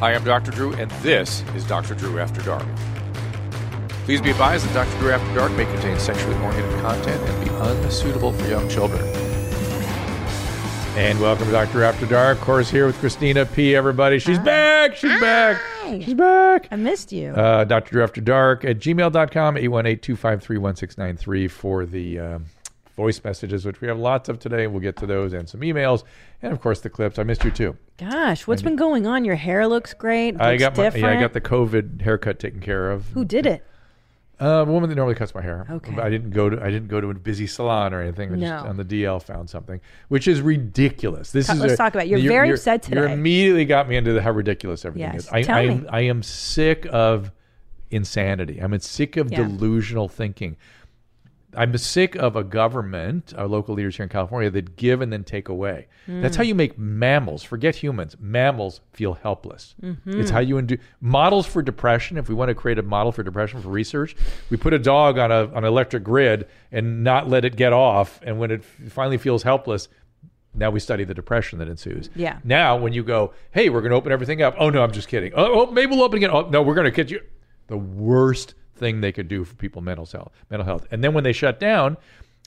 Hi, I'm Dr. Drew, and this is Dr. Drew After Dark. Please be advised that Dr. Drew After Dark may contain sexually oriented content and be unsuitable for young children. And welcome to Dr. After Dark. Of course, here with Christina P. Everybody. She's back. She's back. Hi. She's back. I missed you. Uh, Dr. Drew After Dark at gmail.com, 818 253 1693 for the um, voice messages, which we have lots of today. We'll get to those and some emails. And of course, the clips. I missed you too. Gosh, what's been going on? Your hair looks great. It I looks got my, different. yeah, I got the COVID haircut taken care of. Who did it? Uh, a woman that normally cuts my hair. Okay. I didn't go to I didn't go to a busy salon or anything. I just No. on the DL found something, which is ridiculous. This is let's a- talk about it. You're very upset You today. immediately got me into the how ridiculous everything Yes. is. I, Tell I me. am I am sick of insanity. I'm sick of Yeah. delusional thinking. I'm sick of a government, our local leaders here in California, that give and then take away. That's how you make mammals, forget humans, mammals feel helpless. It's how you undo models for depression. If we want to create a model for depression for research, we put a dog on a, on an electric grid and not let it get off. And when it f- finally feels helpless, now we study the depression that ensues. Yeah. Now, when you go, hey, we're going to open everything up. Oh, no, I'm just kidding. Oh, oh maybe we'll open again. Oh, no, we're going to get you. The worst thing they could do for people mental health, mental health. And then when they shut down,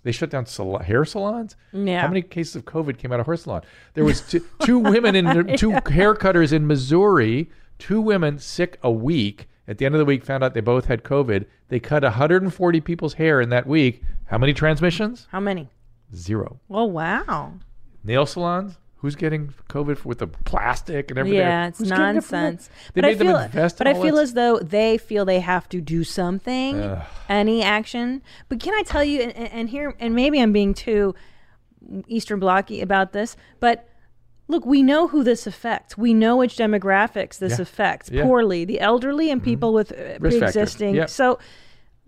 they shut down sal- hair salons. Yeah. How many cases of COVID came out of hair salon? There was two, two women in two haircutters in Missouri. Two women sick a week. At the end of the week, found out they both had COVID. They cut 140 people's hair in that week. How many transmissions? How many? Zero Oh wow. nail salons. Who's getting COVID with the plastic and everything? Yeah, it's Who's getting it from that? nonsense. They But I made them feel, invest in but I all feel that as though they feel they have to do something, any action. But can I tell you, and, and- and here, and maybe I'm being too Eastern blocky about this, but look, we know who this affects. We know which demographics this Yeah. affects Yeah. Mm-hmm. poorly: the elderly and people with uh, Risk factors. pre-existing. Yep. So.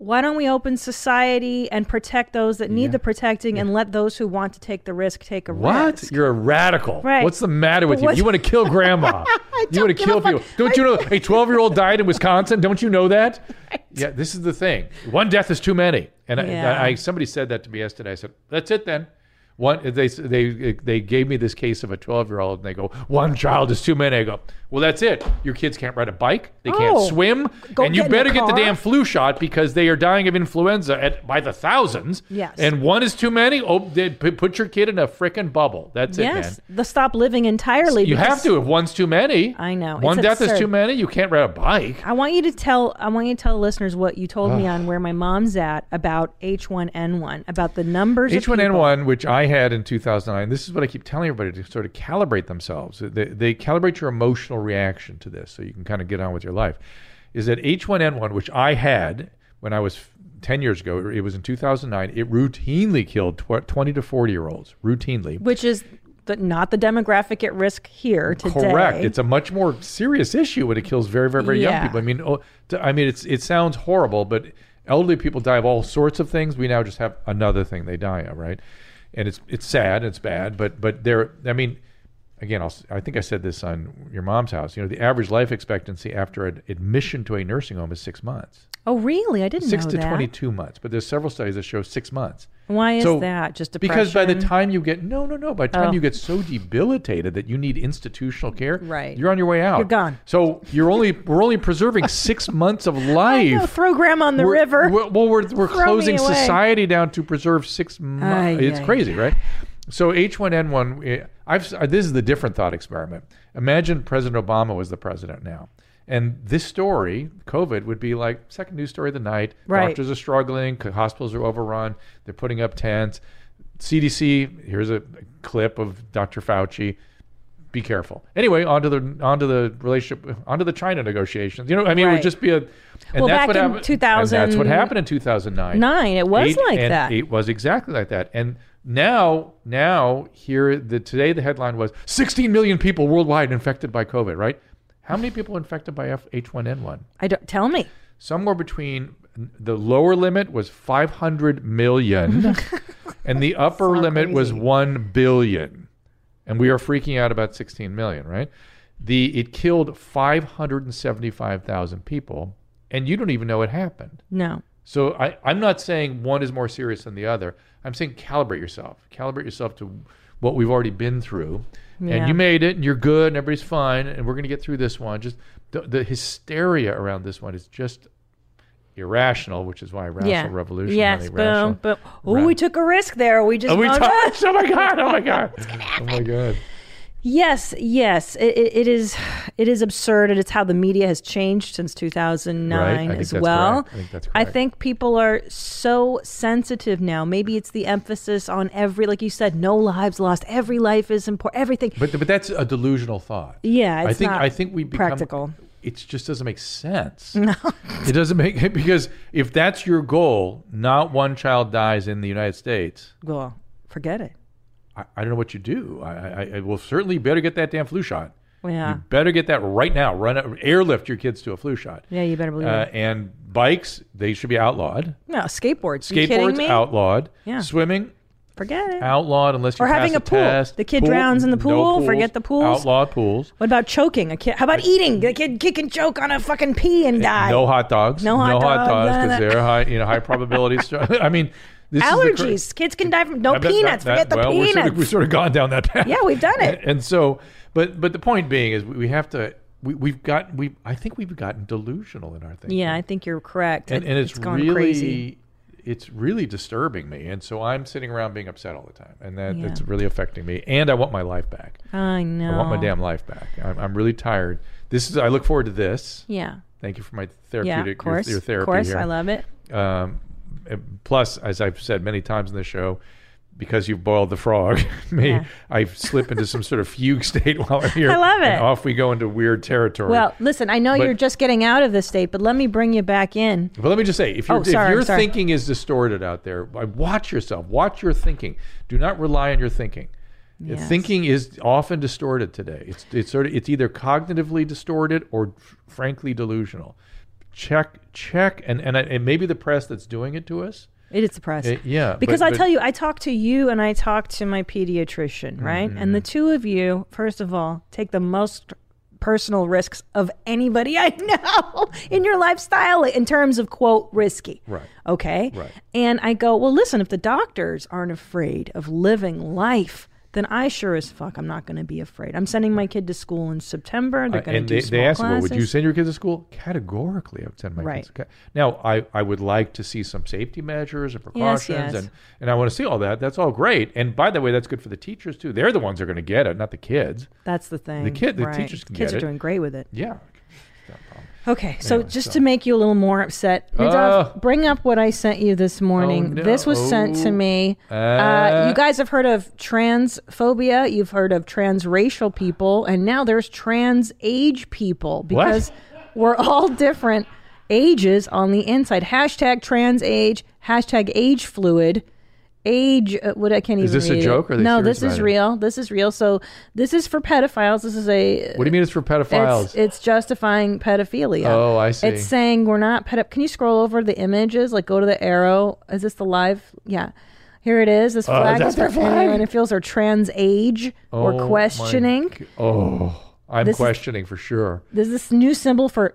Why don't we open society and protect those that need the protecting and let those who want to take the risk take a What? risk? You're a radical. Right. What's the matter with you? What- You want to kill grandma. you want to kill people. Don't you know a 12 year old died in Wisconsin? Don't you know that? Yeah, this is the thing. One death is too many. And I- Yeah. I, I, somebody said that to me yesterday. I said, that's it then. One, they, they, they gave me this case of a 12 year old and they go, one child is too many. I go, well, that's it. Your kids can't ride a bike. They can't Oh. swim. Go and you get in the better get the car. damn flu shot because they are dying of influenza at, by the thousands. Yes. And one is too many. Oh, they, p- put your kid in a frickin' bubble. That's it, man. Yes, the stop living entirely. You have because- to. If one's too many, I know. One It's death is absurd. too many. You can't ride a bike. I want you to tell I want you to tell the listeners what you told me on where my mom's at about H1N1 about the numbers of people. H1N1, which I had in 2009, this is what I keep telling everybody to sort of calibrate themselves. They, they calibrate your emotional reaction to this so you can kind of get on with your life. Is that H1N1, which I had when I was f- 10 years ago, it was in 2009, it routinely killed tw- 20 to 40 year olds, routinely. which is the, not the demographic at risk here today. Correct. It's a much more serious issue when it kills very, very, very young Yeah. people. I mean, oh, t- I mean, it's it sounds horrible, but elderly people die of all sorts of things. We now just have another thing they die of, right? And it's it's sad, it's bad, but but there. I mean, again, I'll, s- I think I said this on your mom's house. You know, the average life expectancy after an admission to a nursing home is six months, oh really? I didn't six know to that. twenty-two months. But there's several studies that show six months. Why is So, that? Just depression. Because by the time you get no, no, no, by the time Oh. you get so debilitated that you need institutional care, Right. You're on your way out. You're gone. So you're only we're only preserving six months of Oh, life. throw grandma on the We're- river. we're- well, we're we're Throw me closing away. society down to preserve six months. Ay, it's ay, crazy, right? So H1N1. eh, I've s- this is the different thought experiment. Imagine President Obama was the president now. And this story, COVID, would be like second news story of the night. Right. Doctors are struggling. c- Hospitals are overrun. They're putting up tents. CDC. Here's a clip of Dr. Fauci. Be careful. Anyway, onto the onto the relationship, onto the China negotitions. You know, I mean, it would Right. just be a. And Well, that's back what in happened, And that's what 2000 happened in two thousand nine. Nine. It was Eight like and that. It was exactly like that. And now, now here the today the headline was 16 million people worldwide infected by COVID. Right? How many people infected by F- H1N1? I don't tell me. Somewhere between the lower limit was 500 million, and the upper So limit was crazy. 1 billion. And we are freaking out about 16 million, right? The it killed 575,000 people, and you don't even know it happened. No. So I, I'm not saying one is more serious than the other. I'm saying calibrate yourself. Calibrate yourself to what we've already been through. Yeah. And you made it, and you're good, and everybody's fine, and we're going to get through this one. Just the, the hysteria around this one is just irrational, which is why rational yeah. revolution. Yes, and boom, irrational- boom. Oh, we Right. took a risk there. We just Oh, we wound up- touched. Oh my god! Oh my god! Oh my god! Yes, yes, it, it, it is. It is absurd, and it's how the media has changed since two thousand nine Right, I think as that's well. correct. I think that's I correct. think people are so sensitive now. Maybe it's the emphasis on every, like you said, no lives lost. Every life is important. Everything. But but that's a delusional thought. Yeah, I it's think not I think we become practical. It just doesn't make sense. it doesn't make because if that's your goal, not one child dies in the United States. Well, forget it. I, I don't know what you do. I, I, I well certainly you better get that damn flu shot. Yeah, You better get that right now. Run out- airlift your kids to a flu shot. yeah, you better believe Uh, it. and bikes, they should be outlawed. No skateboards. you kidding Skateboards me? outlawed. Yeah. Swimming Forget it. outlawed unless you Or having pass a pool. test. The kid drowns in the no pool, pools. forget the pools. Outlawed pools. What about choking? A kid? How about eating? The kid, kid can choke on a fucking pee and die. No hot dogs. No hot dogs, none of because that. they're high, you know, high probabilities. I mean, this Is Allergies. Kids can die from no the cra- I bet peanuts. that- Forget that- the well, We've sort, of, peanuts. we've sort of gone down that path. Yeah, we've done it. And, and so, but but the point being is we, we have to. We, we've got we. I think we've gotten delusional in our thinking. Yeah, I think you're correct. and, It- and it's, gone really crazy. it's really disturbing me and so i'm sitting around being upset all the time and that Yeah. it's really affecting me and i want my life back I know. i want my damn life back I'm, I'm really tired this is i look forward to this Yeah. thank you for my Yeah, of therapeutic your- course. your, therapy of course, here I love it. um, and plus as i've said many times in the show because you've boiled the frog me Yeah. i slip into some sort of fugue state while i'm here I love and it. off we go into weird territory Well, listen, I know But- you're just getting out of this state, but let me bring you back in. But let me just say, if, you're, Oh, sorry, if your sorry. thinking is distorted out there, uh, watch yourself. Watch your thinking. Do not rely on your thinking. Uh, Yes. Thinking is often distorted today. It's it's sort of it's either cognitively distorted or f- frankly delusional. Check check and and, I- and maybe the press that's doing it to us. It is depressing. Uh, yeah, Because but- I but- tell you, I talk to you and I talk to my pediatrician, right? And Mm-hmm. the two of you, first of all, take the most personal risks of anybody I know in your lifestyle in terms of quote risky. Right. Okay. Right. And I go, well, listen, if the doctors aren't afraid of living life, then I sure as fuck I'm not going to be afraid. I'm sending my kid to school in September. They're Uh, going to and do they, small they asked me, classes. well, would you send your kids to school? Categorically, I would send my Right. kids. to ca- Now, I, I would like to see some safety measures and precautions, yes. and and I want to see all that. That's all great. And by the way, that's good for the teachers too. They're the ones who are going to get it, not the kids. That's the thing. kid- the right. teachers can Kids get are it. doing great with it. Yeah. It's not a problem. Okay, so just to make you a little more upset, Nadav, Ah. Oh, bring up what I sent you this morning. no. Oh. This was sent to me. Uh, Uh. you guys have heard of transphobia, you've heard of transracial people, and now there's trans age people because we're all different ages on the inside. Hashtag trans age, hashtag age fluid. Age, uh, what I can't Is even. this a read it. joke or are they no? serious This is about it? real. This is real. So this is for pedophiles. This is a What do you mean it's for pedophiles? it's, it's justifying pedophilia. Oh, I see. It's saying we're not pedo. Can you scroll over the images? Like, go to the arrow. Is this the live? Yeah. Here it is. This flag that's is Oh, for their flag? pedophiles or trans age Oh, or my questioning. g- oh, I'm This is- questioning for sure. There's this new symbol for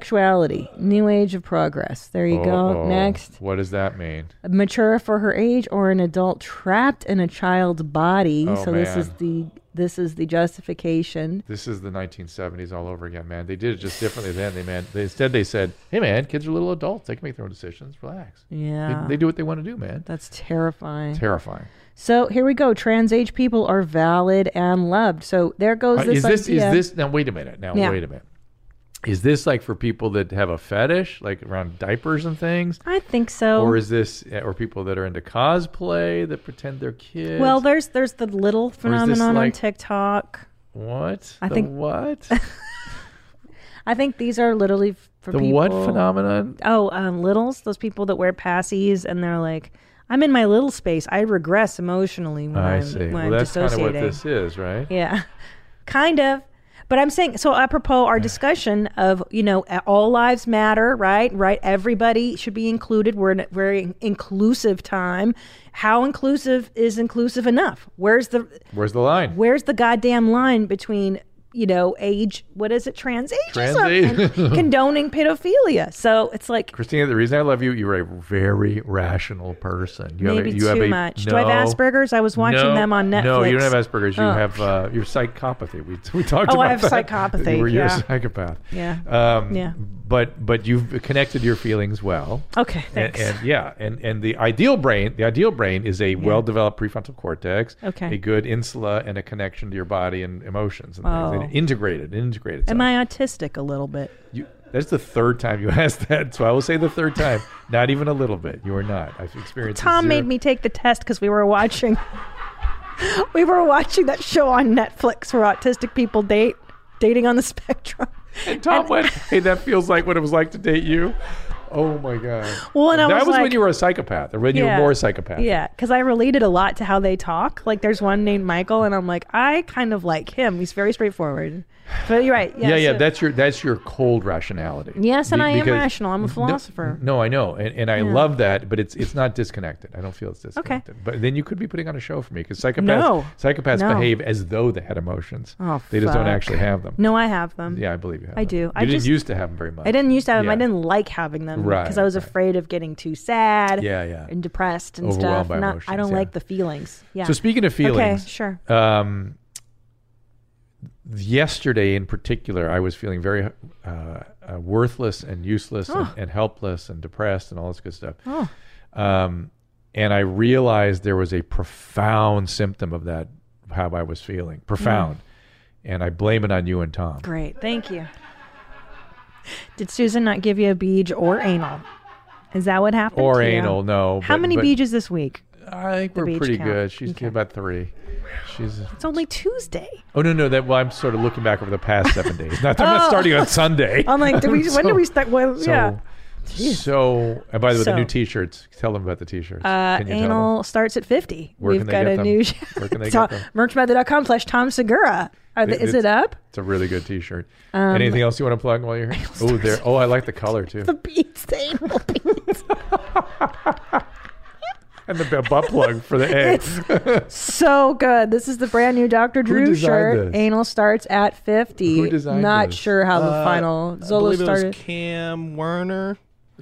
pedosexuality, new age of progress. There you go. Uh-oh. Oh, Next. Oh, What does that mean? Mature for her age or an adult trapped in a child's body. Oh, so this is the this is the justification. This is the 1970s all over again, man. They did it just differently then. They man, they, instead they said, "Hey, man, kids are little adults. They can make their own decisions. Relax. They, Yeah. they do what they want to do, man." that's terrifying. Terrifying. So here we go. Trans age people are valid and loved. So there goes Uh, this is this idea. is this now? Wait a minute. Now Yeah. wait a minute. Is this like for people that have a fetish, like around diapers and things, I think so. or is this eh, or people that are into cosplay that pretend they're kids? well, there's there's the little phenomenon on like- TikTok. what? I the think- what? I think these are literally f- for the people. what phenomenon? Oh, um, littles. Those people that wear passies and they're like, I'm in my little space. I regress emotionally when I I'm see. when well, I'm that's kind of dissociating. what this is, right? Yeah, kind of. But I'm saying so. Apropos our discussion of you know a- all lives matter, right? Right. Everybody should be included. We're in a very inclusive time. How inclusive is inclusive enough? Where's the Where's the line? where's the goddamn line between you know, age, what is it, trans ageism, Trans- and condoning pedophilia. So it's like Christina, the reason I love you, you're a very rational person. You maybe have, a- you too have a, much. No, Do I have Asperger's? I was watching no, them on Netflix. No, you don't have Asperger's. You Oh. have uh, your psychopathy. We, we talked Oh, about I have that. psychopathy, You're, you're a yeah. psychopath. Yeah. Um, Yeah. But but you've connected your feelings well. Okay, And, thanks. and yeah, and, and the ideal brain, the ideal brain is a well-developed prefrontal cortex, Okay. a good insula, and a connection to your body and emotions, and, things, Oh. and integrated, integrated. Am I autistic a little bit? You, that's the third time you asked that, so I will say the third time. Not even a little bit. You are not. I've experienced. Tom zero- made me take the test because we were watching. we were watching that show on Netflix where autistic people date, dating on the spectrum. And Tom went, "Hey, that feels like what it was like to date you." Oh my god. Well, and I that was was, when like- you were a psychopath, or when you were Yeah. more psychopath. Yeah, because I related a lot to how they talk. Like, there's one named Michael, and I'm like, I kind of like him. He's very straightforward. But you're right. Yeah, Yeah, yeah, so- that's your that's your cold rationality. Yes, and Be- I am because- rational. I'm a No- philosopher. No, I know, and, and I love that, but it's it's not disconnected. I don't feel it's disconnected. But then you could be putting on a show for me because psychopaths No. psychopaths No. behave as though they had emotions. Oh, they just don't fuck. actually have them. No, I have them. Yeah, I believe you. Have I them. do. You I didn't just- used to have them very much. I didn't used to have them. I Yeah. didn't like having them Right, because I was right. afraid of getting too sad Yeah, yeah. and depressed and Overwhelmed stuff. by Not, I emotions, don't yeah. like the feelings. Yeah. So speaking of feelings, Okay, sure. um, yesterday in particular, I was feeling very uh, uh, worthless and useless and, and helpless and depressed and all this good stuff. Oh. Um, and I realized there was a profound symptom of that, how I was feeling. Profound. Hmm. And I blame it on you and Tom. Great. Thank you. Did Susan not give you a beej or anal? Is that what happened? Or to you? anal, no. How but- many but beeges this week? I think we're beach pretty count? good. She's Okay. about three. She's It's only Tuesday. Oh no no that well I'm sort of looking back over the past seven days. Not I'm not Oh. starting on Sunday. I'm like, did we, when So- do we start? Well, So, yeah. so and by the way, the So- new T-shirts. Tell them about the T-shirts. Uh, Can you tell them? anal starts at 50. Where We've can they got get a them? new Where can they get them? merchmethod.com slash Tom Segura. Are the, It- is it's- it up? It's a really good T-shirt. Anything else you want to plug while you're here? Oh, there. Oh, I like the color too, Um, The beads, the anal beads. and the b- butt plug for the egg. It's so good. This is the brand new Dr. Drew designed shirt. this? Anal starts at 50. Who designed Not this? sure how the Uh, final I Zolo believe it was started. Cam Werner.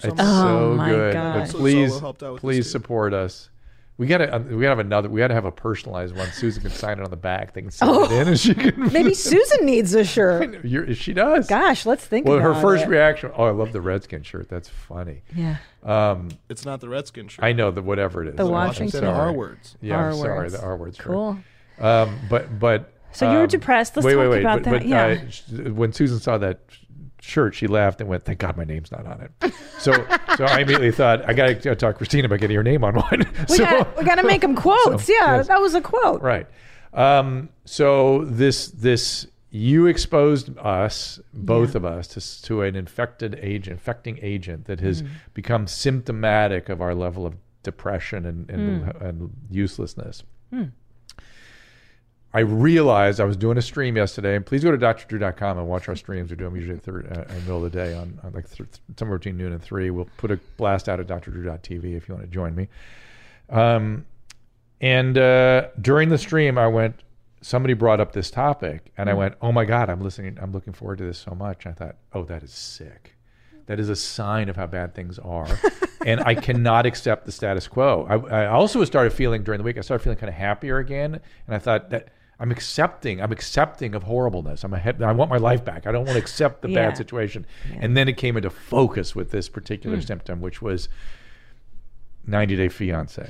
or It's uh, something. so Oh, my good. God. But So Zolo please, helped out with this, please too. support us. We gotta, um, we gotta have another. We gotta have a personalized one. Susan can sign it on the back. They can send Oh. it in, and she can. Maybe Susan needs a shirt. You're, she does. Gosh, let's think well, her about first it. reaction. Oh, I love the redskin shirt. That's funny. yeah. Um, It's not the Redskin shirt. I know that whatever it is. The I'm Washington sorry. R words. Yeah, R I'm sorry, words. the R words. sure. Cool. Um, but but. So you were um, depressed. Let's wait, talk wait, wait. about but, that. But, yeah. uh, sh- when Susan saw that sh- shirt, she laughed and went, "Thank God my name's not on it." So so I immediately thought I got to talk to Christina about getting her name on one. we, so got, we got to make them quotes. yeah, yes. that was a quote. right. Um, so this this you exposed us both of us to, s- to an infected agent, infecting agent that has become symptomatic of our level of depression and and, and uselessness. I realized I was doing a stream yesterday, and please go to drdrew.com and watch our streams. We do them usually at third, uh, in the middle of the day on, on like th- somewhere between noon and three. We'll put a blast out at drdrew.tv if you want to join me. Um, and uh, during the stream, I went. Somebody brought up this topic, Mm. and I went, "Oh my God, I'm listening. I'm looking forward to this so much." I thought, "Oh, that is sick. That is a sign of how bad things are." and I cannot accept the status quo. I, I also started feeling during the week. I started feeling kind of happier again, and I thought that I'm accepting. I'm accepting of horribleness. I'm ahead, I want my life back. I don't want to accept the Yeah. Mm. bad situation. And then it came into focus with this particular symptom, which was 90 Day Fiance.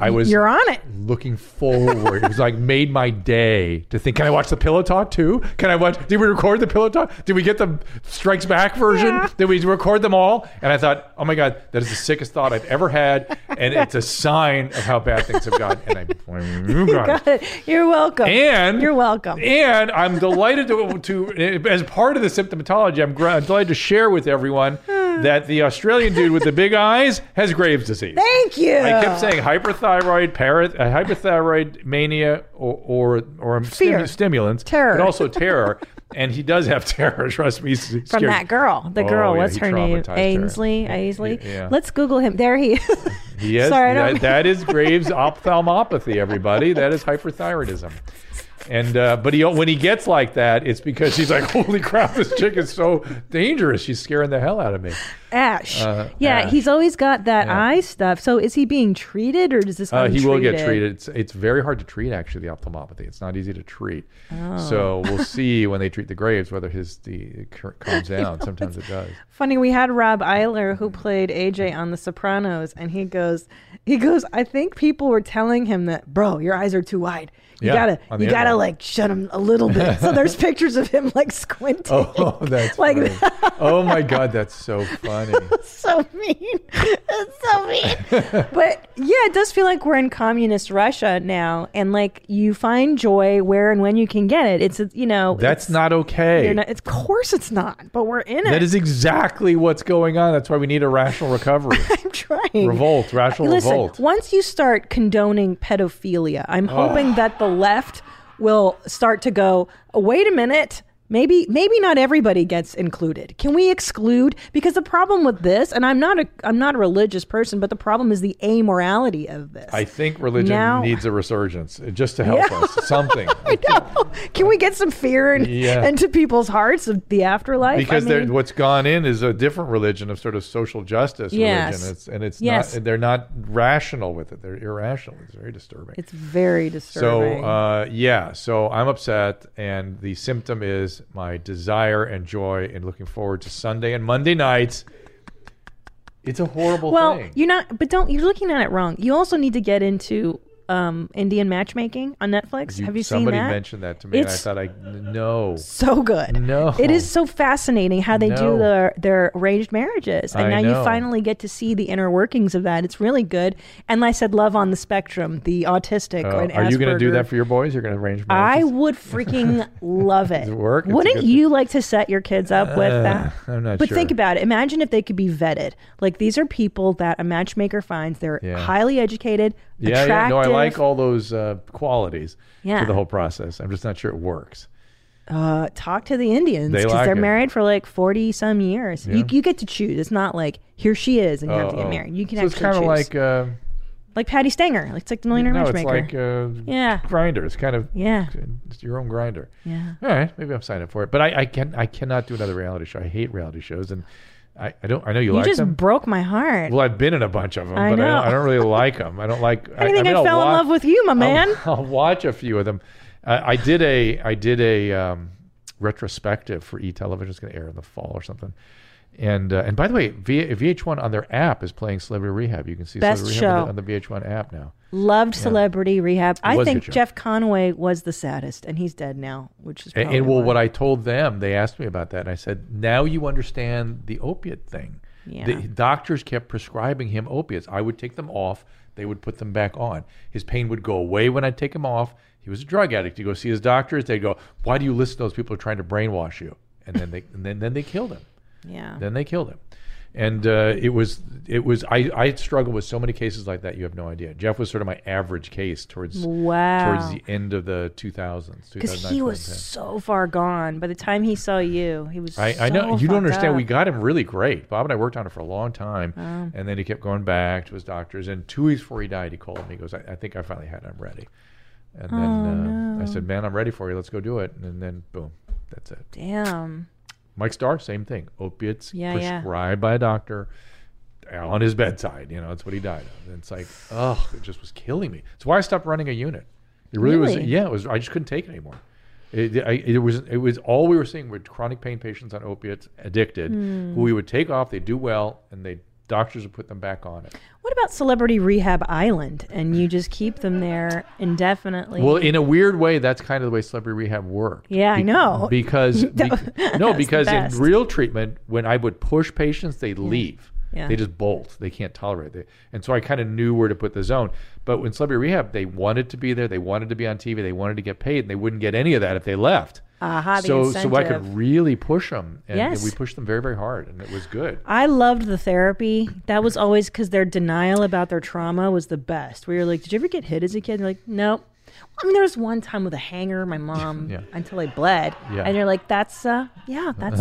I was You're on it. looking forward. it was like made my day to think, can I watch the pillow talk too? Can I watch did we record the pillow talk? Did we get the strikes back version? Yeah. Did we record them all? And I thought, oh my God, that is the sickest thought I've ever had. And it's a sign of how bad things have gotten. And I blame you guys. Got it. You're welcome. And You're welcome. And I'm delighted to, to as part of the symptomatology, I'm, gr- I'm delighted to share with everyone that the Australian dude with the big eyes has Graves' disease. Thank you. I kept saying hyperthyroid, para, uh, hyperthyroid mania, or or, or stimu- Fear. stimulants, Terror. but also terror. and he does have terror. Trust me, he's from that girl. The Oh, girl, yeah, what's he her name? traumatized her. Ainsley. Ainsley. Y- yeah. Let's Google him. There he is. Yes, Sorry, I don't that, that is Graves' ophthalmopathy. Everybody, that is hyperthyroidism. And uh, but he when he gets like that, it's because he's like, "Holy crap, this chick is so dangerous. She's scaring the hell out of me." Ash. yeah, uh, Ash. he's always got that eye stuff. So is he being treated or does this? Uh, come he will get treated. It's, it's very hard to treat actually the ophthalmopathy. It's not easy to treat. Oh. So we'll see when they treat the graves whether his the it cur- calms down. Sometimes it does. Funny, we had Rob Eiler who played AJ on The Sopranos, and he goes, he goes. I think people were telling him that, bro, your eyes are too wide. You Yeah, gotta, on the you gotta internet. like shut them a little bit. so there's pictures of him like squinting. Oh, that's Like great. Oh my god, that's so funny. so mean. That's so mean. but yeah, it does feel like we're in communist Russia now, and like you find joy where and when you can get it. It's you know, That's it's, not okay. you're not- it's of course it's not, but we're in That it. is exactly what's going on. That's why we need a rational recovery. I'm trying. revolt, rational Listen, revolt. once you start condoning pedophilia, I'm hoping that the left will start to go, "Oh, wait a minute. Maybe maybe not everybody gets included. Can we exclude? Because the problem with this, and I'm not a I'm not a religious person, but the problem is the amorality of this. I think religion Now- needs a resurgence uh, just to help us. Something. know. Can we get some fear in, Yeah. into people's hearts of the afterlife? I Because mean- they're, what's gone in is a different religion of sort of social justice Yes. religion. It's, and it's Yes. not, they're not rational with it. They're irrational. It's very disturbing. it's very so, disturbing. uh, yeah, so I'm upset. And the symptom is my desire and joy and looking forward to Sunday and Monday nights. It's a horrible Well, thing. you're not, but don't you're looking at it wrong. You also need to get into um, Indian matchmaking on Netflix. Have you seen somebody that? mentioned that to me, It's- and I thought I n- no. so good. No. it is so fascinating how they No. do their their arranged marriages, and I now know. you finally get to see the inner workings of that. It's really good. And I said, love on the spectrum, the autistic. Uh, or an are you going to do Asperger. that for your boys? You're going to arrange I marriages? would freaking love it. it work? It's a Wouldn't good- you like to set your kids up with that? I'm not But sure. think about it. Imagine if they could be vetted. Like these are people that a matchmaker finds. They're Yeah. highly educated, yeah, yeah, attractive. no, I like all those uh, qualities Yeah. to the whole process. I'm just not sure it works. uh, talk to the Indians They because like they're it. married for like forty some years. You, you get to choose. It's not like here she is and you have to Uh-oh. get married. You can so it's actually kind of choose. like uh, like Patty Stanger. Like, It's like the millionaire no, it's matchmaker. like uh, yeah, grinder. It's kind of yeah, it's your own grinder. yeah. All right, maybe I'm signing up for it, but I, I can I cannot do another reality show. I hate reality shows, and I, I don't I know you, You like just them. broke my heart. Well, I've been in a bunch of them, I but I know. don't, I don't really like them. I don't like. I think I, mean, I'll fell in watch- love with you, my man. I'll, I'll watch a few of them. I, I did a I did a um, retrospective for E Television. It's going to air in the fall or something. And uh, and by the way, v- VH1 on their app is playing Celebrity Rehab. You can see Best Celebrity Rehab show. on the, on the VH1 app now. Loved Celebrity Rehab. I was a think good show. Jeff Conway was the saddest, and he's dead now, which is And, probably and well, why. what I told them, they asked me about that, and I said, now you understand the opiate thing. Yeah. The doctors kept prescribing him opiates. I would take them off. They would put them back on. His pain would go away when I'd take him off. He was a drug addict. You go see his doctors. They go, "Why do you listen to those people who are trying to brainwash you?" And then they and then, then they killed him. Uh-huh. yeah, Then they killed him. And uh, it was it was I I struggled with so many cases like that. You have no idea. Jeff was sort of my average case towards towards wow, the end of the 2000s. because 2009, he was 2010. so far gone. By the time he saw you, he was. I, I know so you don't fucked understand. up. Oh. We got him really great. Bob and I worked on it for a long time, and then he kept going back to his doctors. And two weeks before he died, he called me. He goes, "I, I think I finally had. it. I'm ready." And then Oh, uh, I said, "Man, I'm ready for you. Let's go do it." And then boom, that's it. Damn. Mike Starr, same thing. Opiates Yeah, yeah. prescribed by a doctor on his bedside. You know, that's what he died of. And it's like, oh, it just was killing me. It's why I stopped running a unit. It really, was. Really? Yeah, it was. I just couldn't take it anymore. It, I, it was. It was all we were seeing were chronic pain patients on opiates, addicted, Hmm. who we would take off. They do well, and they doctors would put them back on it. What about Celebrity Rehab Island? And you just keep them there indefinitely. Well, in a weird way, that's kind of the way celebrity rehab worked. Yeah, I know. Because be- no, because in best. real treatment, when I would push patients, they leave. Yeah. They just bolt. They can't tolerate it. And so I kind of knew where to put the zone. But when celebrity rehab, they wanted to be there. They wanted to be on TV. They wanted to get paid, and they wouldn't get any of that if they left. Aha, the so, so I incentive. could really push them, and, and Yes. we pushed them very, very hard, and it was good. I loved the therapy. That was always because their denial about their trauma was the best. We were like, "Did you ever get hit as a kid?" They're like, "Nope." Well, I mean, there was one time with a hanger, my mom, Yeah. until I bled, Yeah. and you're like, "That's uh, yeah, that's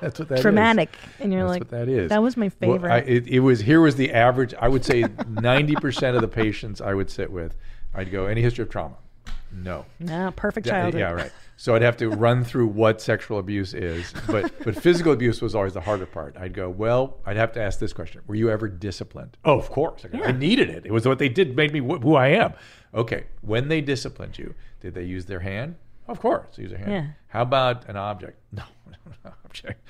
That's what that is. traumatic," and you're That's like, what that is. That was my Well, favorite." I, it, it was here was the average. I would say ninety percent of the patients I would sit with, I'd go any history of trauma, no. No, perfect Yeah, childhood. Yeah, right. So I'd have to run through what sexual abuse is, but but physical abuse was always the harder part. I'd go, well, I'd have to ask this question: Were you ever disciplined? Oh, of course. I, go, I needed it. It was what they did made me wh- who I am. Okay, when they disciplined you, did they use their hand? Of course, they use their hand. Yeah. How about an object? No, no object.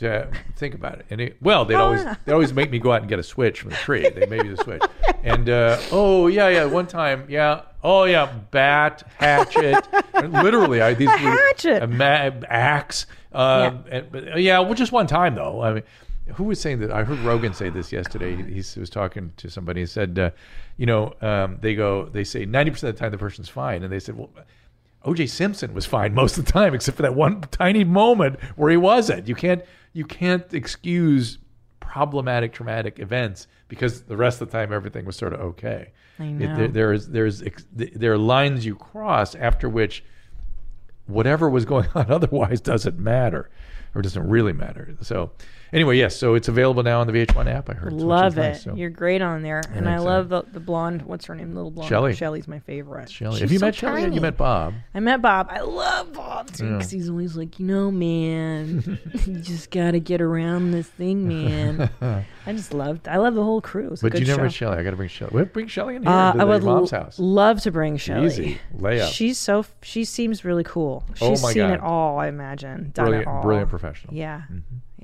Yeah, think about it. And it, well, they'd always yeah. they always make me go out and get a switch from the tree. They made me the switch. And uh, oh yeah, yeah. One time, yeah. Oh yeah, bat, hatchet. Literally, I these a hatchet. a ma- axe. Um, yeah. And, but, uh, yeah, well, just one time though. I mean, who was saying that? I heard Rogan say this yesterday. He, he was talking to somebody. He said, uh, you know, um, they go, they say ninety percent of the time the person's fine, and they said, well. O.J. Simpson was fine most of the time, except for that one tiny moment where he wasn't. You can't you can't excuse problematic traumatic events because the rest of the time everything was sort of okay. I It- know. there, there is there's ex- there are lines you cross after which whatever was going on otherwise doesn't matter or doesn't really matter. So anyway, yes, so it's available now on the VH1 app. I heard. so which is Love it. nice. So, You're great on there, and I Thanks, love the, the blonde. What's her name? Little blonde. Shelley. Shelly's my favorite. Shelley. She's Have you so met Shelley? yet? tiny. You met Bob. I met Bob. I love Bob too because he's always like, you know, man, you just gotta get around this thing, man. I just loved. I love the whole crew. It was a But good you never show. met Shelley. I got to bring Shelley. We bring Shelley in here Uh, to I the would mom's l- house. love to bay Shelley. Easy layup. She's so f- she seems really cool. She's Oh my seen God. it all, I imagine. Done brilliant, it all. brilliant professional. Yeah,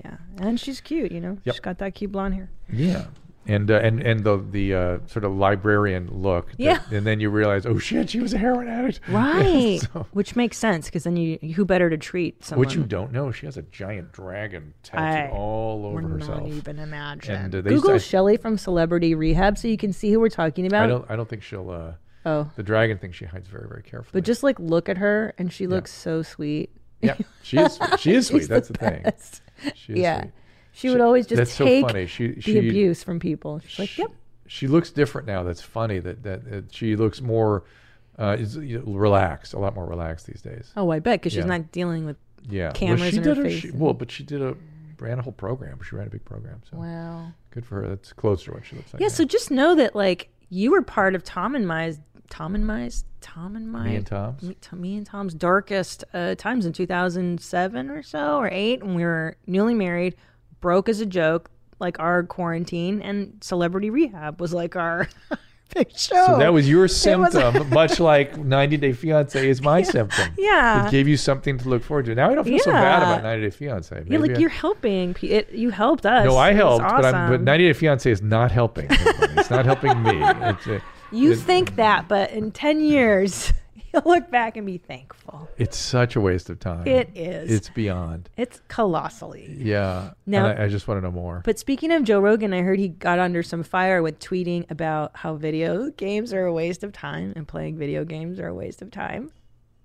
yeah, and she's cute. You know, Yep. she's got that cute blonde hair. Yeah. And, uh, and and the the uh, sort of librarian look. that- Yeah. And then you realize, oh shit, she was a heroin addict. Right, So- which makes sense because then you who better to treat someone? which you don't know, she has a giant dragon tattooed I all We're over herself. not even imagine. And, uh, they used to- Google I- Shelley from Celebrity Rehab so you can see who we're talking about. I don't I don't think she'll. Uh, oh, the dragon thing she hides very very carefully. but just like look at her, and she looks so sweet. yeah, she is she is sweet. She's That's the, the thing. best. She is Yeah, sweet. she would always just That's so take funny. She- the she- abuse from people. She's like, She- "Yep, She looks different now. That's funny. That that, that she looks more uh, is you know, relaxed, a lot more relaxed these days. oh, I bet," because she's Yeah. not dealing with. Yeah, well, cameras she in her did face She, and- well, but she did a ran a whole program. She ran a big program. So Wow. good for her. That's close to what she looks like. Yeah, now. so just know that like you were part of Tom and Mai's Tom and Mai's Tom and Mai's me and Tom's. me, Tom- me and Tom's darkest uh, times in 2007 or so or 8 and we were newly married, broke as a joke, like our quarantine and celebrity rehab was like our big show. So that was your was- symptom, much like 90 Day Fiance is my symptom. Yeah. It gave you something to look forward to. Now I don't feel so bad Yeah. about 90 Day Fiance. yeah, Maybe like I- you're helping. pe- It, you helped us. No, I It was helped, but, I'm, but awesome. 90 Day Fiance is not helping. it's not helping me. It's, uh, you it- think that, but in 10 years, you'll look back and be thankful. it's such a waste of time. It is. It's beyond. It's colossally. Yeah. Now- and I, I just want to know more. But speaking of Joe Rogan, I heard he got under some fire with tweeting about how video games are a waste of time and playing video games are a waste of time.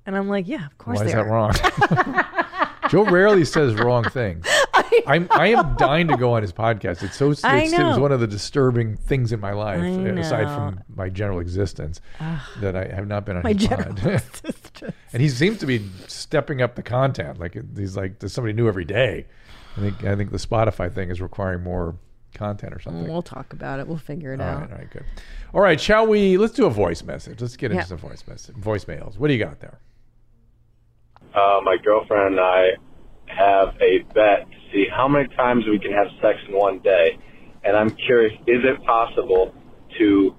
And I'm like, yeah, of course Why they is are. that wrong? Joe rarely says wrong things. I'm, I am dying to go on his podcast. It's so it's, I it was know. one of the disturbing things in my life, I uh, aside know. from my general existence, that I have not been on My his general pod. sister. and he seems to be stepping up the content. Like it- he's like there's somebody new every day. I think I think the Spotify thing is requiring more content or something. We'll talk about it. We'll figure it All out. right, all right, good. All right, shall we? Let's do a voice message. Let's get into Yeah. some voice message, voicemails. What do you got there? uh, my girlfriend and I have a bet to see how many times we can have sex in one day. And I'm curious, is it possible to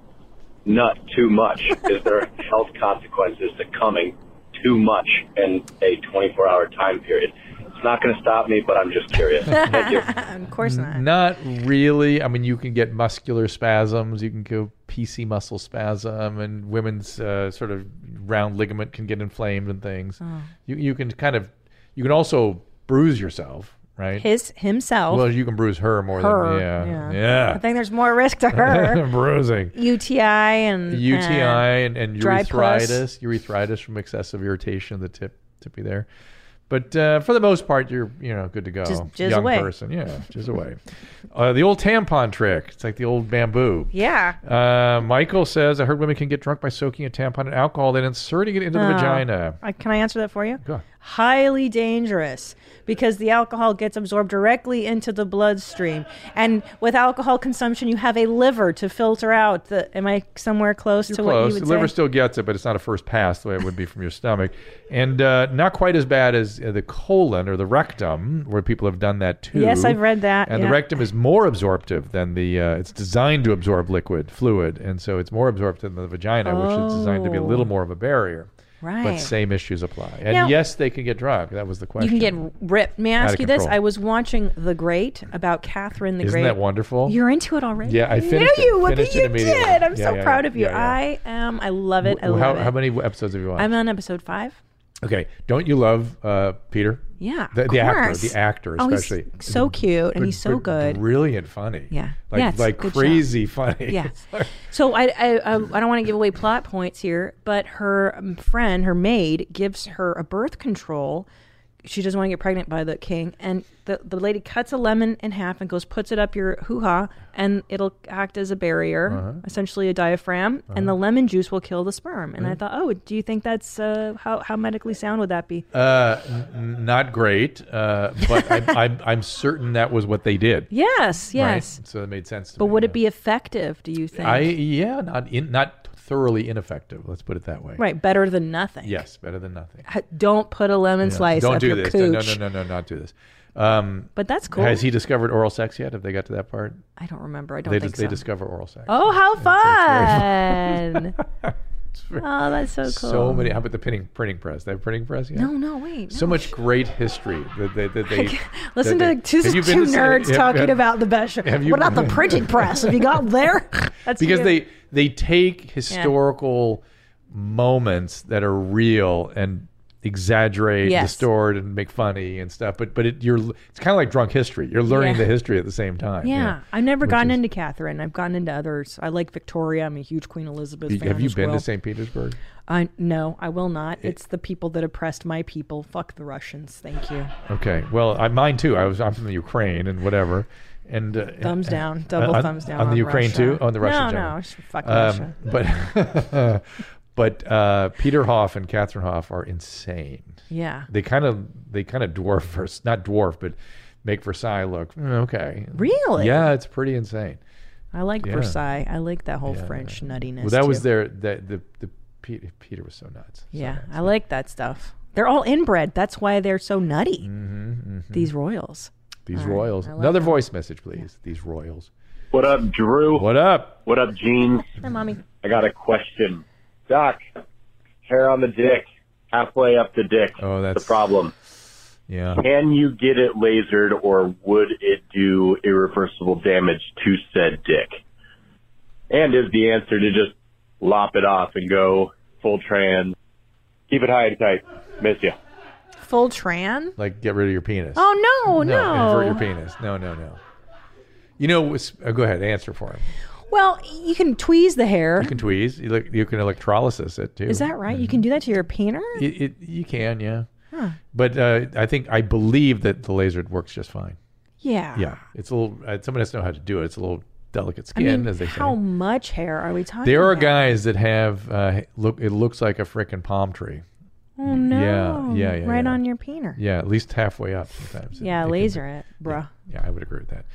nut too much? is there health consequences to coming too much in a 24 hour time period? It's not going to stop me, but I'm just curious. Thank you. Uh, of course not. Not really. I mean, you can get muscular spasms. You can go PC muscle spasm, and women's uh, sort of round ligament can get inflamed and things. Oh. You you can kind of you can also bruise yourself, right? His himself. well, you can bruise her more her. than yeah, I think there's more risk to her. bruising. UTI and UTI and, and and dry pus. urethritis, urethritis from excessive irritation of the tip tippy there. But uh, for the most part, you're you know good to go. Just jizz Young away. person, yeah, jizz away. Uh, the old tampon trick. It's like the old bamboo. yeah. Uh, Michael says, I heard women can get drunk by soaking a tampon in alcohol, then inserting it into the Oh. vagina. I, can I answer that for you? Go. highly dangerous because the alcohol gets absorbed directly into the bloodstream. And with alcohol consumption, you have a liver to filter out the. Am I somewhere close to what you Close. would The liver say? still gets it, but it's not a first pass the way it would be from your stomach, and uh, not quite as bad as uh, the colon or the rectum, where people have done that too. Yes, I've read that, And yeah. the rectum is more absorptive than the. Uh, it's designed to absorb liquid fluid, and so it's more absorptive than the vagina, which is designed to be a Oh. little more of a barrier. Right. But same issues apply. And Now- yes, they can get drunk. That was the You question. can get ripped. May I Out ask of you this? control. I was watching The Great about Catherine the Isn't Great. that wonderful? You're into it already. Yeah, I finished it- knew you would, finished but it you immediately. did. I'm Yeah, so yeah, proud of you. yeah, yeah. I am. I love it. I Well, how, love it. how many episodes have you watched? I'm on episode five. okay, don't you love uh, Peter? Yeah, the, of the actor, course. the actor Oh, he's especially. so cute and But- he's so but good. brilliant, funny. Yeah. like Yeah, it's like a good crazy funny. Yeah. It's like- So I I, I, I don't want to give away plot points here, but her um, friend, her maid, gives her a birth control. She doesn't want to get pregnant by the king, and the the lady cuts a lemon in half and goes puts it up your hoo ha, and it'll act as a barrier, Uh-huh. essentially a diaphragm, and the lemon juice will kill the sperm. And I thought, oh, do you think that's uh, how how medically sound would that be? uh, n- not great, uh, but I'm, I'm I'm certain that was what they did. yes, right? yes. So it made sense. To But me, would yeah. it be effective? Do you think? I yeah, not in, not thoroughly ineffective. Let's put it that way. right, better than nothing. Yes, better than nothing. H- Don't put a lemon Yeah. slice Don't up do your this. cooch. No, no, no, no, not do this. Um, But that's cool. Has he discovered oral sex yet? Have they got to that part? I don't remember. I don't They think dis- they so. discover oral sex. oh, how fun! very- oh, that's so cool. so many. How about the printing printing press? They have printing press yet? No, no, wait. so no. much great history that they, that they Listen to that they- the two, Have two you been listening- nerds have- talking have- about the best. have you- what about the printing press? Have you got there? That's because you. they they take historical moments that are real and exaggerate, Yes. distort, and make funny and stuff. But but it, you're it's kind of like drunk history. You're learning Yeah. the history at the same time. Yeah, yeah. I've never Which gotten is- into Catherine. I've gotten into others. I like Victoria. I'm a huge Queen Elizabeth fan. Have you as been well. to St. Petersburg? I no, I will not. It's the people that oppressed my people. Fuck the Russians. Thank you. Uh, Okay. Well, I mine too. I was I'm from the Ukraine and whatever. And uh, Thumbs down. Double on- thumbs down on the Ukraine Russia. too? On the Russian No, channel. no, sh- fuck Um, Russia. but but uh, Peter Hoff and Catherine Hoff are insane. Yeah. They kind of they kind of dwarf Vers- not dwarf, but make Versailles look mm, okay. Really? Yeah, it's pretty insane. I like Yeah. Versailles. I like that whole French nuttiness. Well, that was too. their that the the Peter, Peter was so nuts. So Yeah, nuts. I like that stuff. They're all inbred. That's why they're so nutty. Mm-hmm, These royals. These All right, royals. I like Another that. voice message, please. These royals. What up, Drew? What up? What up, Gene? Hi, mommy. I got a question. Doc, hair on the dick, halfway up the dick. Oh, that's- the problem. Yeah. Can you get it lasered, or would it do irreversible damage to said dick? And is the answer to just lop it off and go full trans? Keep it high and tight. Miss you. Full Tran. Like get rid of your penis. Oh no, no. invert your penis. No, no, no. You know, it's- oh, go ahead, answer for him. Well, you can tweeze the hair. You can Mm-hmm. tweeze. You, look, you can electrolysis it too. Is that right? You can do that to your peener. It, it, you can, yeah. But uh, I think I believe that the laser works just fine. Yeah. Yeah, it's a little. Uh, someone has to know how to do it. It's a little delicate I skin, mean, as they how say. much hair are we talking? There are about? guys that have uh, look. It looks like a frickin' palm tree. Oh no. yeah, yeah, Right yeah. on your peener. Yeah, Yeah, at least halfway up sometimes. It- it can- laser it, bruh. Yeah, I would agree with that.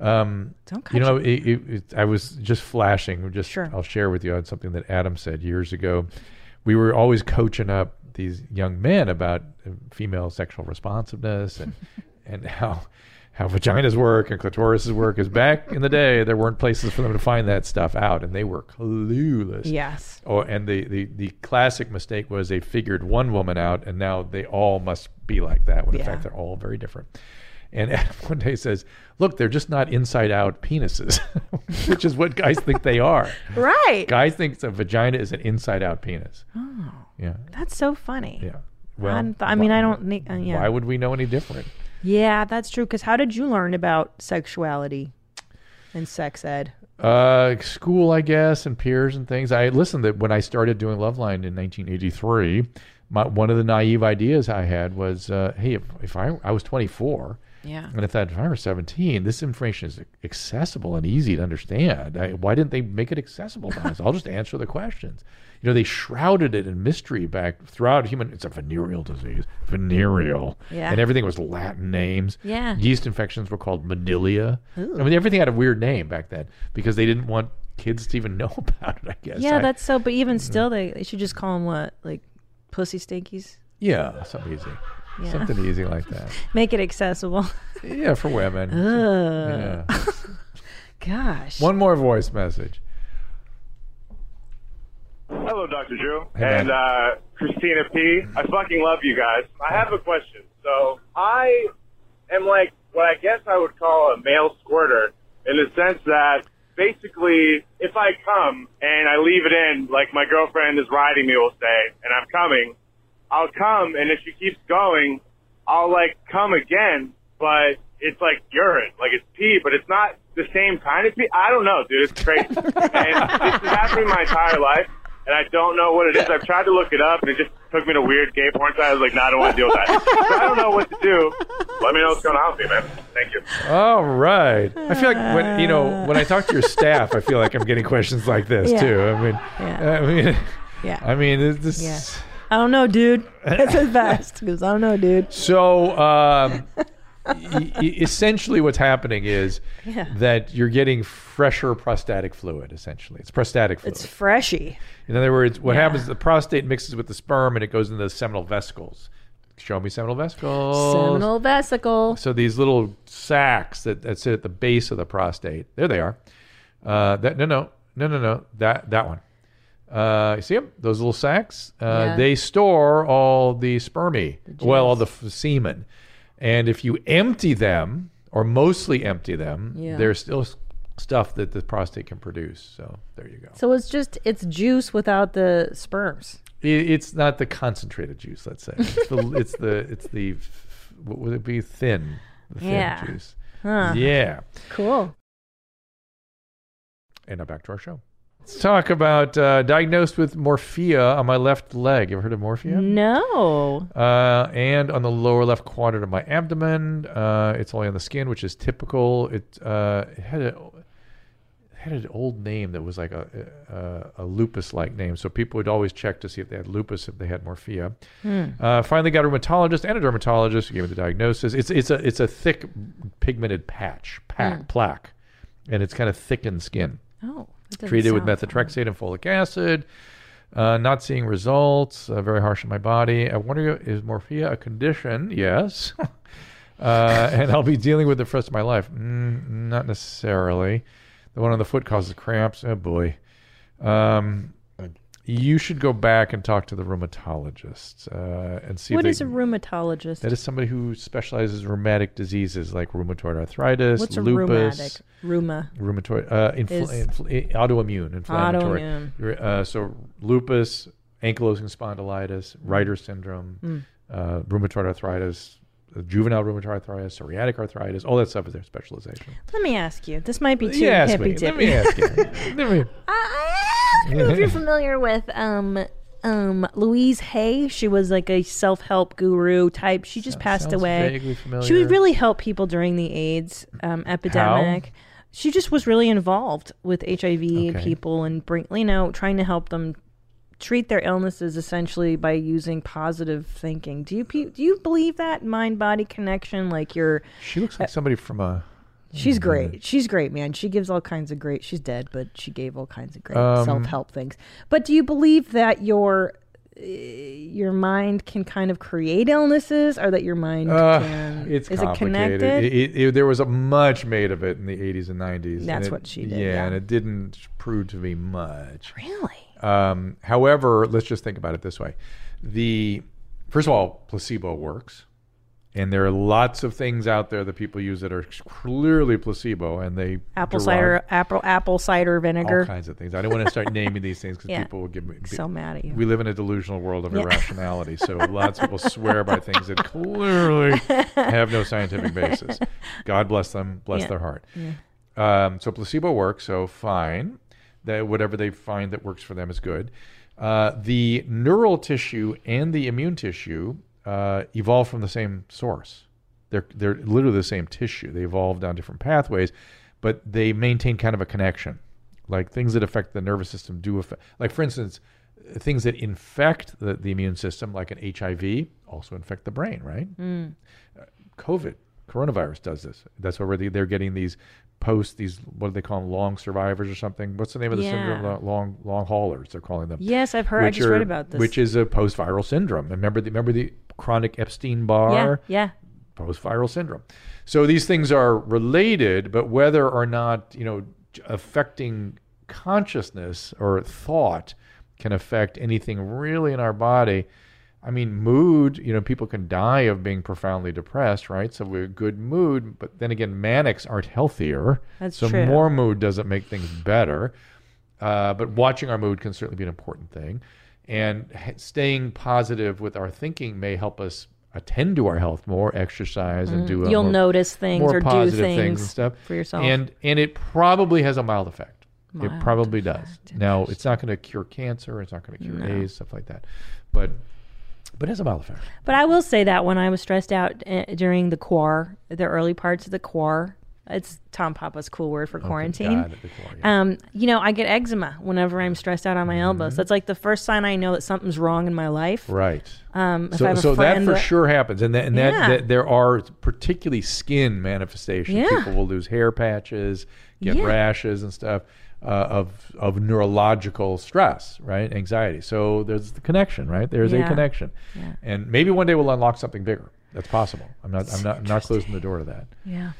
Um, Don't you cut know, it, it, it, I was just flashing. Just Sure. I'll share with you on something that Adam said years ago. We were always coaching up these young men about uh, female sexual responsiveness and and how how vaginas work and clitorises work. Is back in the day, there weren't places for them to find that stuff out, and they were clueless. Yes. Oh, and the, the, the classic mistake was they figured one woman out, and now they all must be like that. When in Yeah. fact they're all very different. And Adam one day says, "Look, they're just not inside out penises, which is what guys think they are. Right. Guys think a vagina is an inside out penis. Oh, yeah, That's so funny. yeah. Well, I'm- I mean, I don't think. Uh, yeah. Why would we know any different? Yeah, that's true. Because how did you learn about sexuality and sex ed? Uh, school, I guess, and peers and things. I listen that when I started doing Loveline in 1983, my, one of the naive ideas I had was, uh, hey, if, if I I was 24, Yeah. And I thought, if I were 17, this information is accessible and easy to understand. I, why didn't they make it accessible to us? I'll just answer the questions. You know, they shrouded it in mystery back throughout human. It's a venereal disease, venereal, Yeah. and everything was Latin names. Yeah. yeast infections were called Manilia. I mean, everything had a weird name back then because they didn't want kids to even know about it. I guess. Yeah, I- that's so. But even still, they, they should just call them what, like, pussy stinkies. yeah, something easy, Yeah. something easy like that. Make it accessible. Yeah, for women. Yeah. Gosh. One more voice message. Hello, Dr. Drew. Hey, and man. uh, Christina P. I fucking love you guys. I have a question. So I am like what I guess I would call a male squirter in the sense that basically if I come and I leave it in, like my girlfriend is riding me will say, and I'm coming, I'll come and if she keeps going, I'll like come again, but it's like urine, like it's pee, but it's not the same kind of pee. I don't know, dude. It's crazy. and this has happened my entire life, and I don't know what it is. I've tried to look it up, and it just took me to weird gay porn site. I was like, no, I don't want to deal with that. So I don't know what to do. Let me know what's going on with you, man. Thank you. All right. I feel like when you know when I talk to your staff, I feel like I'm getting questions like this Yeah. too. I mean, Yeah. I mean, Yeah. I mean this. this Yeah. I don't know, dude. That's his best. He goes, I don't know, dude. So um, e- e- essentially, what's happening is Yeah. that you're getting fresher prostatic fluid. Essentially, it's prostatic fluid. It's freshy. In other words, what happens is the prostate mixes with the sperm and it goes into the seminal vesicles. Show me seminal vesicles. Seminal vesicle. So these little sacs that, that sit at the base of the prostate, there they are. Uh, that no no no no no that that one. Uh, you see them? Those little sacs. Uh, Yeah. They store all the spermy, well, all the f- semen, and if you empty them or mostly empty them, Yeah. there's still s- stuff that the prostate can produce. So there you go. So it's just it's juice without the sperms. I- it's not the concentrated juice, let's say. It's the it's the it's the f- what would it be thin? The thin Yeah. juice. Huh. Yeah. Cool. And now back to our show. Let's talk about uh, diagnosed with morphia on my left leg. You ever heard of Mm-hmm. morphia? No. Uh, and on the lower left quadrant of my abdomen. Uh, it's only on the skin, which is typical. It, uh, it had a it had an old name that was like a, a, a lupus like name. So people would always check to see if they had lupus, if they had morphia. Uh, finally got a rheumatologist and a dermatologist who gave me the diagnosis. It's, it's, a, it's a thick pigmented patch, pack, plaque, and it's kind of thickened skin Oh. that doesn't treated with sound- methotrexate and folic acid. Uh, not seeing results. Uh, very harsh on my body. I wonder is morphia a condition? Yes. uh, and I'll be dealing with it for the rest of my life. Mm, not necessarily. The one on the foot causes cramps. Oh boy. Um, you should go back and talk to the rheumatologist uh, and see. What if is they, a rheumatologist? that is somebody who specializes in rheumatic diseases like rheumatoid arthritis, What's a lupus, rheumatic? Rheuma. rheumatoid uh, infl- Is- infl- autoimmune inflammatory Autoimmune. Uh, so lupus ankylosing spondylitis Reiter syndrome Hmm. uh, rheumatoid arthritis uh, juvenile rheumatoid arthritis psoriatic arthritis all that stuff is their specialization Let me ask you. This might be too you ask me hippy let dippy. me ask you Let me- I don't know if you're familiar with um um Louise Hay. She was like a self help guru type. She just passed sounds away. vaguely familiar. She would really help people during the AIDS um, epidemic. She just was really involved with HIV people and bring you know trying to help them treat their illnesses essentially by using positive thinking. Do you pe- do you believe that mind body connection? Like you're she looks Uh, like somebody from uh, a She's great. She's great, man. She gives all kinds of great. She's dead, but she gave all kinds of great Um, self-help things. But do you believe that your uh, your mind can kind of create illnesses, or that your mind Uh, can? it's is it complicated. connected? It- it- it- there was a much made of it in the 80s and 90s. and That's it- what she did, Yeah, yeah. and it didn't prove to be much. really? Um, however, let's just think about it this way: the first of all, placebo works, and there are lots of things out there that people use that are clearly placebo, and they Apple derive cider, apple apple cider all vinegar. kinds of things. I don't want to start naming these things because Yeah. people will give me. be- So mad at you. we live in a delusional world of Yeah. irrationality, so lots of people swear by things that clearly have no scientific basis. God bless them, bless Yeah. their heart. Um, so placebo works, so fine. That whatever they find that works for them is good. Uh, the neural tissue and the immune tissue uh, evolve from the same source. They're they're literally the same tissue. They evolved down different pathways, but they maintain kind of a connection. Like things that affect the nervous system do affect. Like for instance, things that infect the, the immune system, like an HIV, also infect the brain. Right? Mm. COVID, coronavirus does this. That's why they- they're getting these posts, these what do they call them, long survivors or something? What's the name of the syndrome? Yeah. Lo- Long long haulers, they're calling them. Yes, I've heard. I which just are- read about this. Which is a post-viral syndrome. Remember the remember the chronic Epstein Barr yeah, post-viral syndrome. So these things are related, but whether or not you know j- affecting consciousness or thought can affect anything really in our body. I mean, mood. You know, people can die of being profoundly depressed, right? So we're good mood, but then again, manics aren't healthier. That's so true. more mood doesn't make things better. Uh, but watching our mood can certainly be an important thing. And h- staying positive with our thinking may help us attend to our health more, exercise, and do yeah. a Mm-hmm. You'll more, notice things more or do positive and things, stuff for yourself. And and it probably has a mild effect. it Mild probably does. Now it's not going to cure cancer. It's not going to cure AIDS, stuff like that. But but it has a mild effect. But I will say that when I was stressed out uh, during the quar, the early parts of the quar, it's Tom Papa's cool word Oh, for quarantine. God, the glory. Um, you know, I get eczema whenever I'm stressed out on my elbows. That's like the first sign I know that something's wrong in my life. Mm-hmm. right. Um, if I so, have a so that friend for that- sure happens, and that, and that, Yeah. that there are particularly skin manifestations. Yeah. People will lose hair patches, get Yeah. rashes and stuff uh, of of neurological stress, right? Anxiety. So there's the connection, right? There's Yeah. a connection, and maybe one day we'll unlock something bigger. That's possible. I'm not. I'm not. I'm not closing the door to that. Yeah.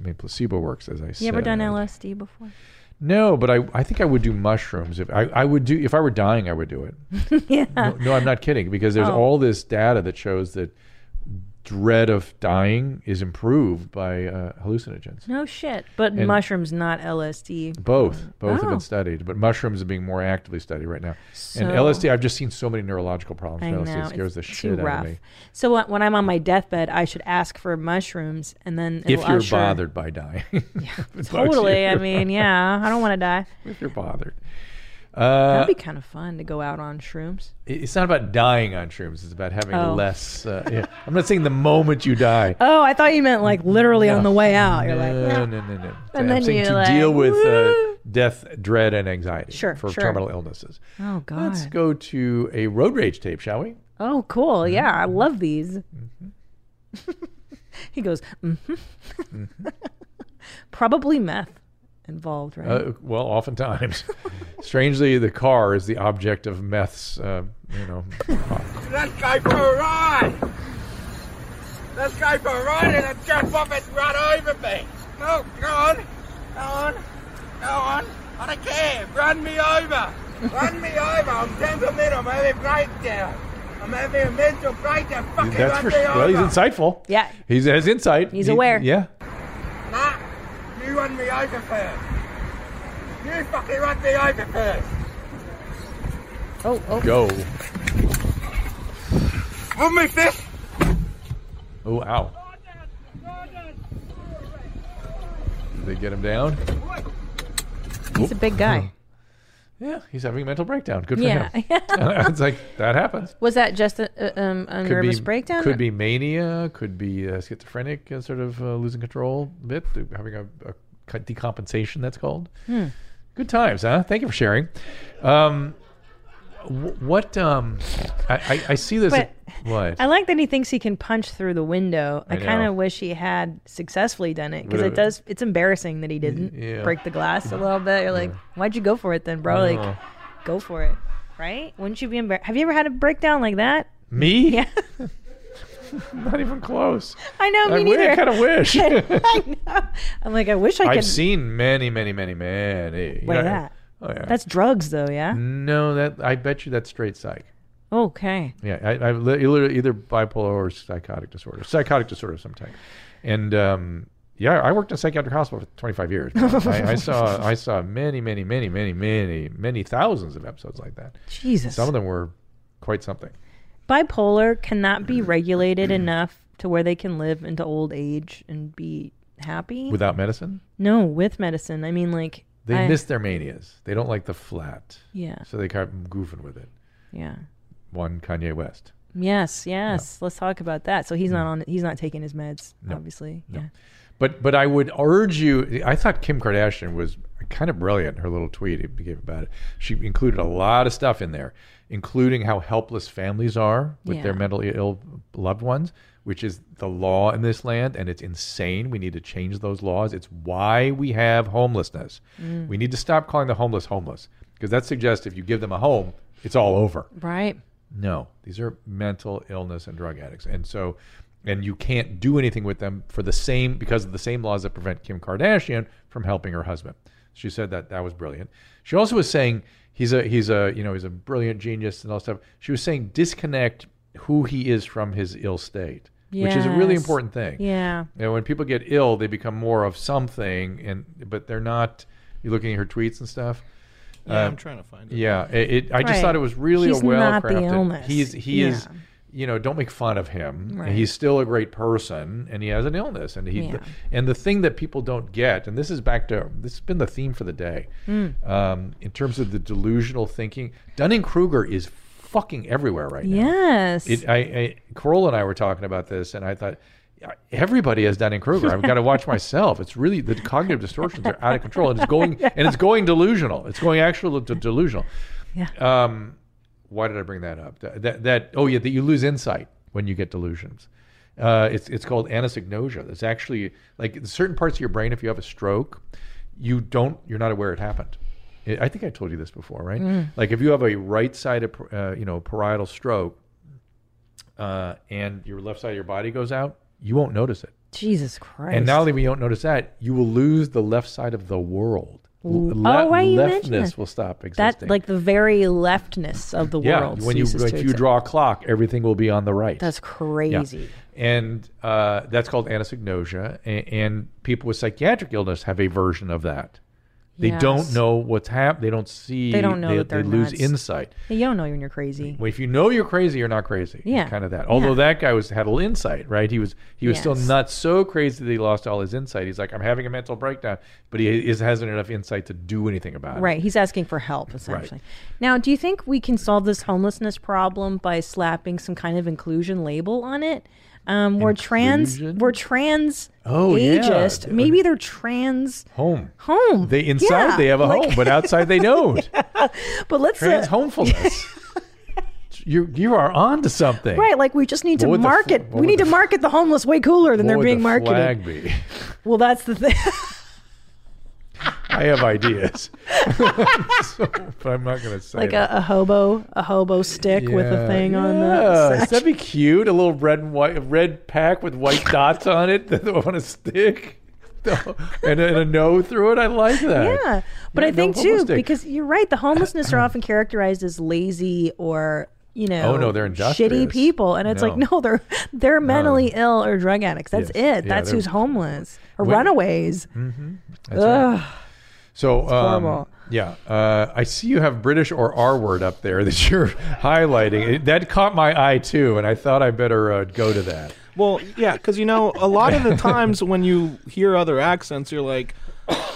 I mean, placebo works, as I said. You ever done and- LSD before? No, but I, I think I would do mushrooms if I, I would do if I were dying I would do it. yeah. No, no, I'm not kidding because there's Oh. all this data that shows that dread of dying is improved by uh, hallucinogens. No shit. But And- mushrooms, not LSD. Both, both have Oh. been studied, but mushrooms are being more actively studied right now. So- and LSD, I've just seen so many neurological problems. I with LSD know. it scares it's the too shit rough. out of me. So when- when I'm on my deathbed, I should ask for mushrooms, and then If it'll you're usher- bothered by dying, yeah, totally. I mean, yeah, I don't want to die. if you're bothered, uh, That'd be kind of fun to go out on shrooms. it- it's not about dying on shrooms. It's about having Oh. less. Uh, yeah. I'm not saying the moment you die. Oh, I thought you meant like literally on the way out. You're like, no, no, no, no. And I'm then saying you're to like, deal with uh, "Woo." death, dread, and anxiety Sure, for sure. terminal illnesses. oh god. Let's go to a road rage tape, shall we? Oh, cool. Yeah, I love these. he goes, hmm Mm-hmm. probably meth involved, right? Uh, well, oftentimes, strangely, the car is the object of meth's. Uh, you know, Let's go for a ride! Let's go for a ride and then jump off and run over me! No, go on! Go on! Go on! I don't care! Run me over! Run me over! I'm temperamental, I'm having a breakdown! I'm having a mental breakdown! Fucking that's run for me sure. Well, over! he's insightful. Yeah. he's has insight. He's aware. Yeah, Nah, you run me over first! You fucking run me over first! oh, oh, go. Run me fist! Oh, ow! Did they get him down? he's a big guy. Yeah, he's having a mental breakdown. Good for Yeah. him. it's like that happens. Was that just a, a, um, a nervous breakdown? Could be mania. Could be uh, schizophrenic, uh, sort of uh, losing control bit, uh, having a, a co- decompensation. That's called. Hmm. Good times, huh? Thank you for sharing. Um, wh- what um, I, I, I see this. But- what I like that he thinks he can punch through the window. I, know. kind of wish he had successfully done it because Would've- it does. It's embarrassing that he didn't Yeah. break the glass a little bit. You're like, why'd you go for it then, bro? Like, know. go for it, right? Wouldn't you be embarrassed? Have you ever had a breakdown like that? me? Yeah, Not even close. I know. Me I, neither. kind of wish. I know. I'm like, I wish I I've could. seen many, many, many, many. You What know- is that? Oh, yeah. Mm. That's drugs, though. Yeah. no. That I bet you that's straight psych. Okay. Yeah, I, I li- literally either bipolar or psychotic disorder, psychotic disorder of some type, and um, yeah, I worked in a psychiatric hospital for 25 years. I, I saw I saw many, many, many, many, many, many thousands of episodes like that. Jesus. Some of them were quite something. Bipolar cannot be regulated enough to where they can live into old age and be happy. Without medicine, No, with medicine. I mean, like they I- miss their manias. They don't like the flat, Yeah, so they kept goofing with it. yeah. One Kanye West. Yes, yes. Let's talk about that. So he's Mm. not on. He's not taking his meds, obviously. Yeah. But but I would urge you. I thought Kim Kardashian was kind of brilliant. Her little tweet he gave about it. She included a lot of stuff in there, including how helpless families are with their Yeah. mentally ill loved ones, which is the law in this land, and it's insane. We need to change those laws. It's why we have homelessness. We need to stop calling the homeless homeless because that suggests if you give them a home, it's all over. Right. No, these are mental illness and drug addicts. And so, and you can't do anything with them for the same, because of the same laws that prevent Kim Kardashian from helping her husband. She said that that was brilliant. She also was saying he's a, he's a, you know, he's a brilliant genius and all stuff. She was saying disconnect who he is from his ill state, which is a really Yes. important thing. Yeah. You know, when people get ill, they become more of something, and but they're not. You're looking at her tweets and stuff. Uh, Yeah, I'm trying to find it. Yeah, it, it, I just Right. thought it was really He's a well not the crafted. illness. He's he is, Yeah. you know, don't make fun of him. Right. He's still a great person, and he has an illness, and he Yeah. and the thing that people don't get, and this is back to this has been the theme for the day, Hmm. um, in terms of the delusional thinking. Dunning Kruger is fucking everywhere right now. Yes. It, I, I Corolla and I were talking about this, and I thought everybody has Dunning Kruger. I've got to watch myself. It's really the cognitive distortions are out of control, and it's going and it's going delusional. It's going actual to delusional. Yeah. Um, why did I bring that up? That, that that oh yeah, that you lose insight when you get delusions. Uh, it's it's called anisognosia. It's actually like in certain parts of your brain. If you have a stroke, you don't you're not aware it happened. I I think I told you this before, right? Mm. Like if you have a right side of uh, you know parietal stroke, uh, and your left side of your body goes out, you won't notice it. Jesus Christ. And not only we don't notice that, you will lose the left side of the world. L- le- Oh, why you mention leftness that? will stop existing. that like the very leftness of the yeah, world. when you ceases to if you exist. draw a clock, everything will be on the right. That's crazy. Yeah. And uh, that's called anisognosia. And, and people with psychiatric illness have a version of that. They don't Yes. know what's happened. They don't see. They don't know They, that they're they lose nuts. insight. Yeah, You don't know when you're crazy. Well, if you know you're crazy, you're not crazy. It's Yeah. kind of that. Although that guy was had a little insight, right? He was he was still Yes. not so crazy that he lost all his insight. He's like, I'm having a mental breakdown, but he is, hasn't enough insight to do anything about it. Right. He's asking for help, essentially. Now, do you think we can solve this homelessness problem by slapping some kind of inclusion label on it? Um, we're trans. Inclusion? We're trans. Oh, yeah. ageist. Maybe they're trans Home. home. They inside Yeah, they have a like- home, but outside they don't. But let's uh, Trans homefulness. you you are on to something. right. Like we just need to What would the fl- market. what we would need the to f- market the homeless way cooler than What they're would being the marketed. Flag be? Well, that's the thing. I have ideas, so, but I'm not going to say like that. a, a hobo, a hobo stick with a Yeah. thing on Yes, the. sash. That'd be cute. A little red and white, a red pack with white dots on it that on a stick, and a, and a no through it. I like that. Yeah, but Yeah, I no think too homelessness. because you're right. The homelessness are often characterized as lazy or you know, Oh, no, they're shitty industrious. people, and it's like No. no, they're they're mentally ill or drug addicts. That's Yes. it. Yeah, That's they're- who's homeless or When- runaways. That's right. Ugh. So um, horrible. yeah, uh, I see you have British or R word up there that you're highlighting. It- that caught my eye too, and I thought I better uh, go to that. Well, yeah, because you know, a lot of the times when you hear other accents, you're like,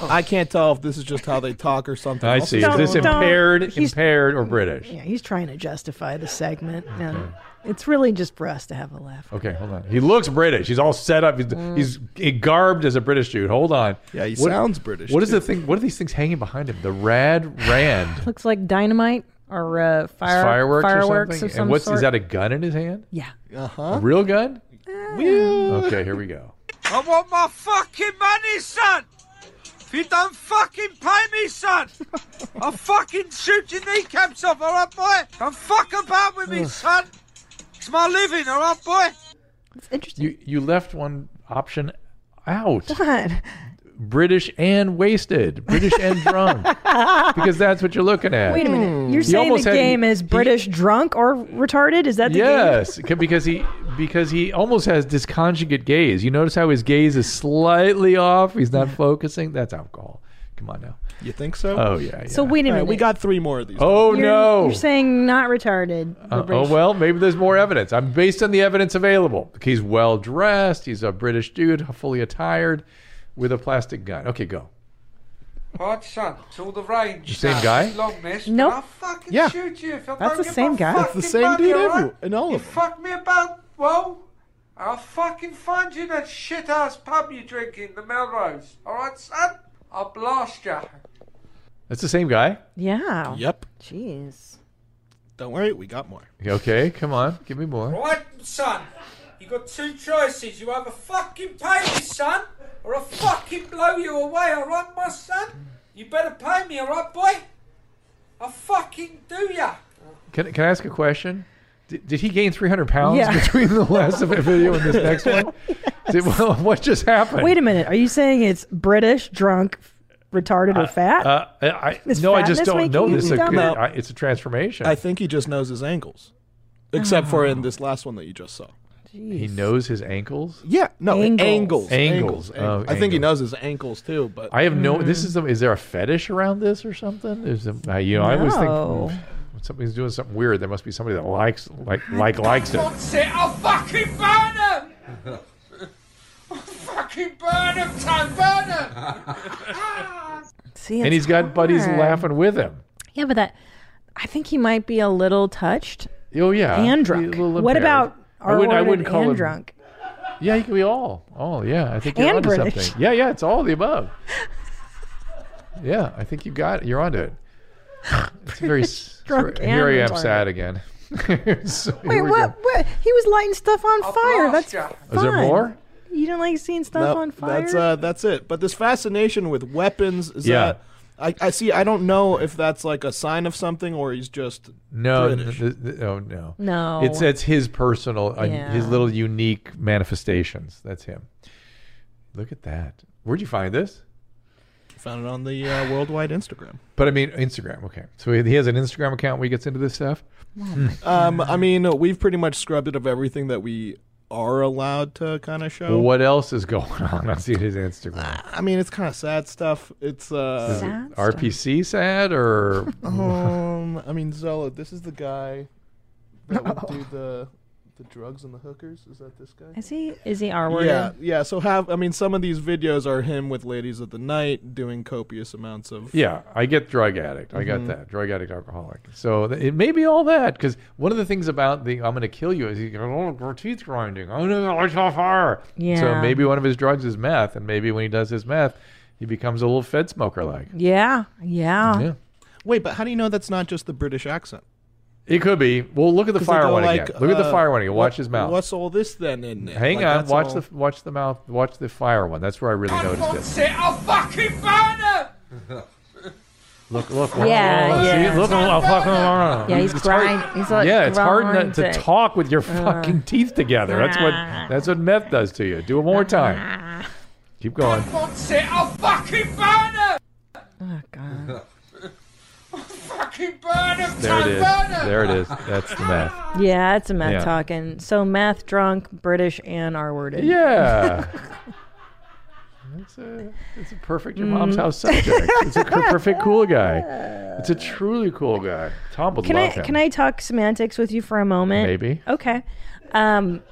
I can't tell if this is just how they talk or something. I else. see. Is this Don't- don't- impaired, he's- impaired, or British? Yeah, he's trying to justify the segment. No, it's really just for us to have a laugh. Okay, hold on. He looks British. He's all set up. He's, Mm. he's garbed as a British dude. Hold on. Yeah, he sounds British, What is too. the thing? What are these things hanging behind him? The rad rand Looks like dynamite or uh, fire, fireworks, fireworks or something. of some and what's sort. is that? A gun in his hand? yeah. A real gun? Eh. Okay, here we go. I want my fucking money, son! If you don't fucking pay me, son, I'll fucking shoot your kneecaps off, alright, boy? Don't fuck about with me, son! It's my living, alright, boy? It's interesting. You you left one option out. God. British and wasted. British and drunk. because that's what you're looking at. Wait a minute. You're saying the Hmm. almost had- game is he- British drunk or retarded? Is that the game? Yes, c- because he because he almost has disconjugate gaze. You notice how his gaze is slightly off. He's not focusing. That's alcohol. Come on now. You think so? Oh yeah. yeah. So wait a All minute. right, we got three more of these. Oh You're, no. You're saying not retarded. Uh, oh well, maybe there's more evidence. I'm based on the evidence available. He's well dressed. He's a British dude, fully attired, with a plastic gun. Okay, go. Hot sun, it's all the rage. The same guy? Long this, Nope. I'll fucking Yeah. shoot you if I That's don't the get same my guy. It's the fucking same money, dude, all right? every- in all you of them. fuck me about, well, I'll fucking find you in that shit ass pub you drink in, the Melrose. Alright, son? I'll blast you. That's the same guy. Yeah. Yep. Jeez. Don't worry, we got more. Okay, come on, give me more. Alright, son? You got two choices. You either fucking pay me, son, or I'll fucking blow you away, alright, my son? You better pay me, alright, boy? I'll fucking do ya. Can, can I ask a question? Did, did he gain 300 pounds Yeah. between the last video and this next one? Did- well, what just happened? Wait a minute. Are you saying it's British, drunk, f- retarded, or fat? Uh, I, I, Is no, I just fatness don't making know you this. It dumb? could- No. I- it's a transformation. I think he just knows his angles, except for in this last one that you just saw. he knows his ankles. Yeah, no Angles. angles. Angles. Oh, I think he angles. knows his ankles too, but I have no. This Mm-hmm. is the. Is there a fetish around this or something? There's a. I- you know, I always think No. "Hmm, when somebody's doing something weird. There must be somebody that likes like like likes it. That's it, I'll fucking burn him! I'll fucking burn him, son, burn him! See, And it's he's got buddies hard. laughing with him. Yeah, but that. I think he might be a little touched Oh yeah, and Be a drunk. little impaired. What about I wouldn't. I R-worded wouldn't call and him drunk? Yeah, he could be all. All. Yeah, I think you're And onto British. something. Yeah, yeah, it's all of the above. yeah, I think you got. You're onto it. It's very. s- drunk, here I and am, retarded. sad again. So here we Wait, what, go. what? He was lighting stuff on I'll fire. That's blast ya. Is there fun. more? You don't like seeing stuff No, on fire. That's uh, that's it. But this fascination with weapons is Yeah. that I, I see. I don't know if that's like a sign of something or he's just No, n- British. th- th- oh no, No. It's it's his personal, uh, Yeah. his little unique manifestations. That's him. Look at that. Where'd you find this? found it on the uh, worldwide Instagram. But I mean, Instagram. Okay, so he he has an Instagram account where he gets into this stuff. Um, I mean, we've pretty much scrubbed it of everything that we are allowed to kind of show. What else is going on on his Instagram? I mean, it's kind of sad stuff. It's uh, Sad stuff. RPC sad or um, I mean, Zello. This is the guy that would do the the drugs and the hookers. Is that this guy? Is he? Is he R-worded? Yeah, yeah. So have I mean some of these videos are him with ladies of the night doing copious amounts of Yeah, I get drug addict. I got that drug addict, alcoholic. So th- it may be all that because one of the things about the "I'm going to kill you" is he goes, "Oh, we're teeth grinding. Oh no, I saw fire." So Yeah. maybe one of his drugs is meth, and maybe when he does his meth, he becomes a little Fed smoker like. Yeah. Yeah. Yeah, Wait, but how do you know that's not just the British accent? it could be. Well, look at the 'Cause they fire go one like, again. Look at the uh, fire one again. Watch what- his mouth. What's all this then in there? Hang Like, on. that's Watch all- the watch the mouth. Watch the fire one. That's where I really noticed it. That's it, I'll fucking burn him! Look, look. Yeah, oh, see? yeah. Look, I'll fucking. Yeah, he's crying. He's like yeah, it's hard growling not to talk with your fucking teeth together. That's what that's what meth does to you. Do it one more time. Keep going. That's it, I'll fucking burn him! Oh, God. Fucking burn him, There it son, is. burn him! There it is. That's the meth. Yeah, it's a meth Yeah. talking. So meth, drunk, British, and R-worded. Yeah. It's a, it's a perfect your mom's house subject. It's a c- perfect cool guy. It's a truly cool guy. Tom would Can I love him. can I talk semantics with you for a moment? Maybe. Okay. Um,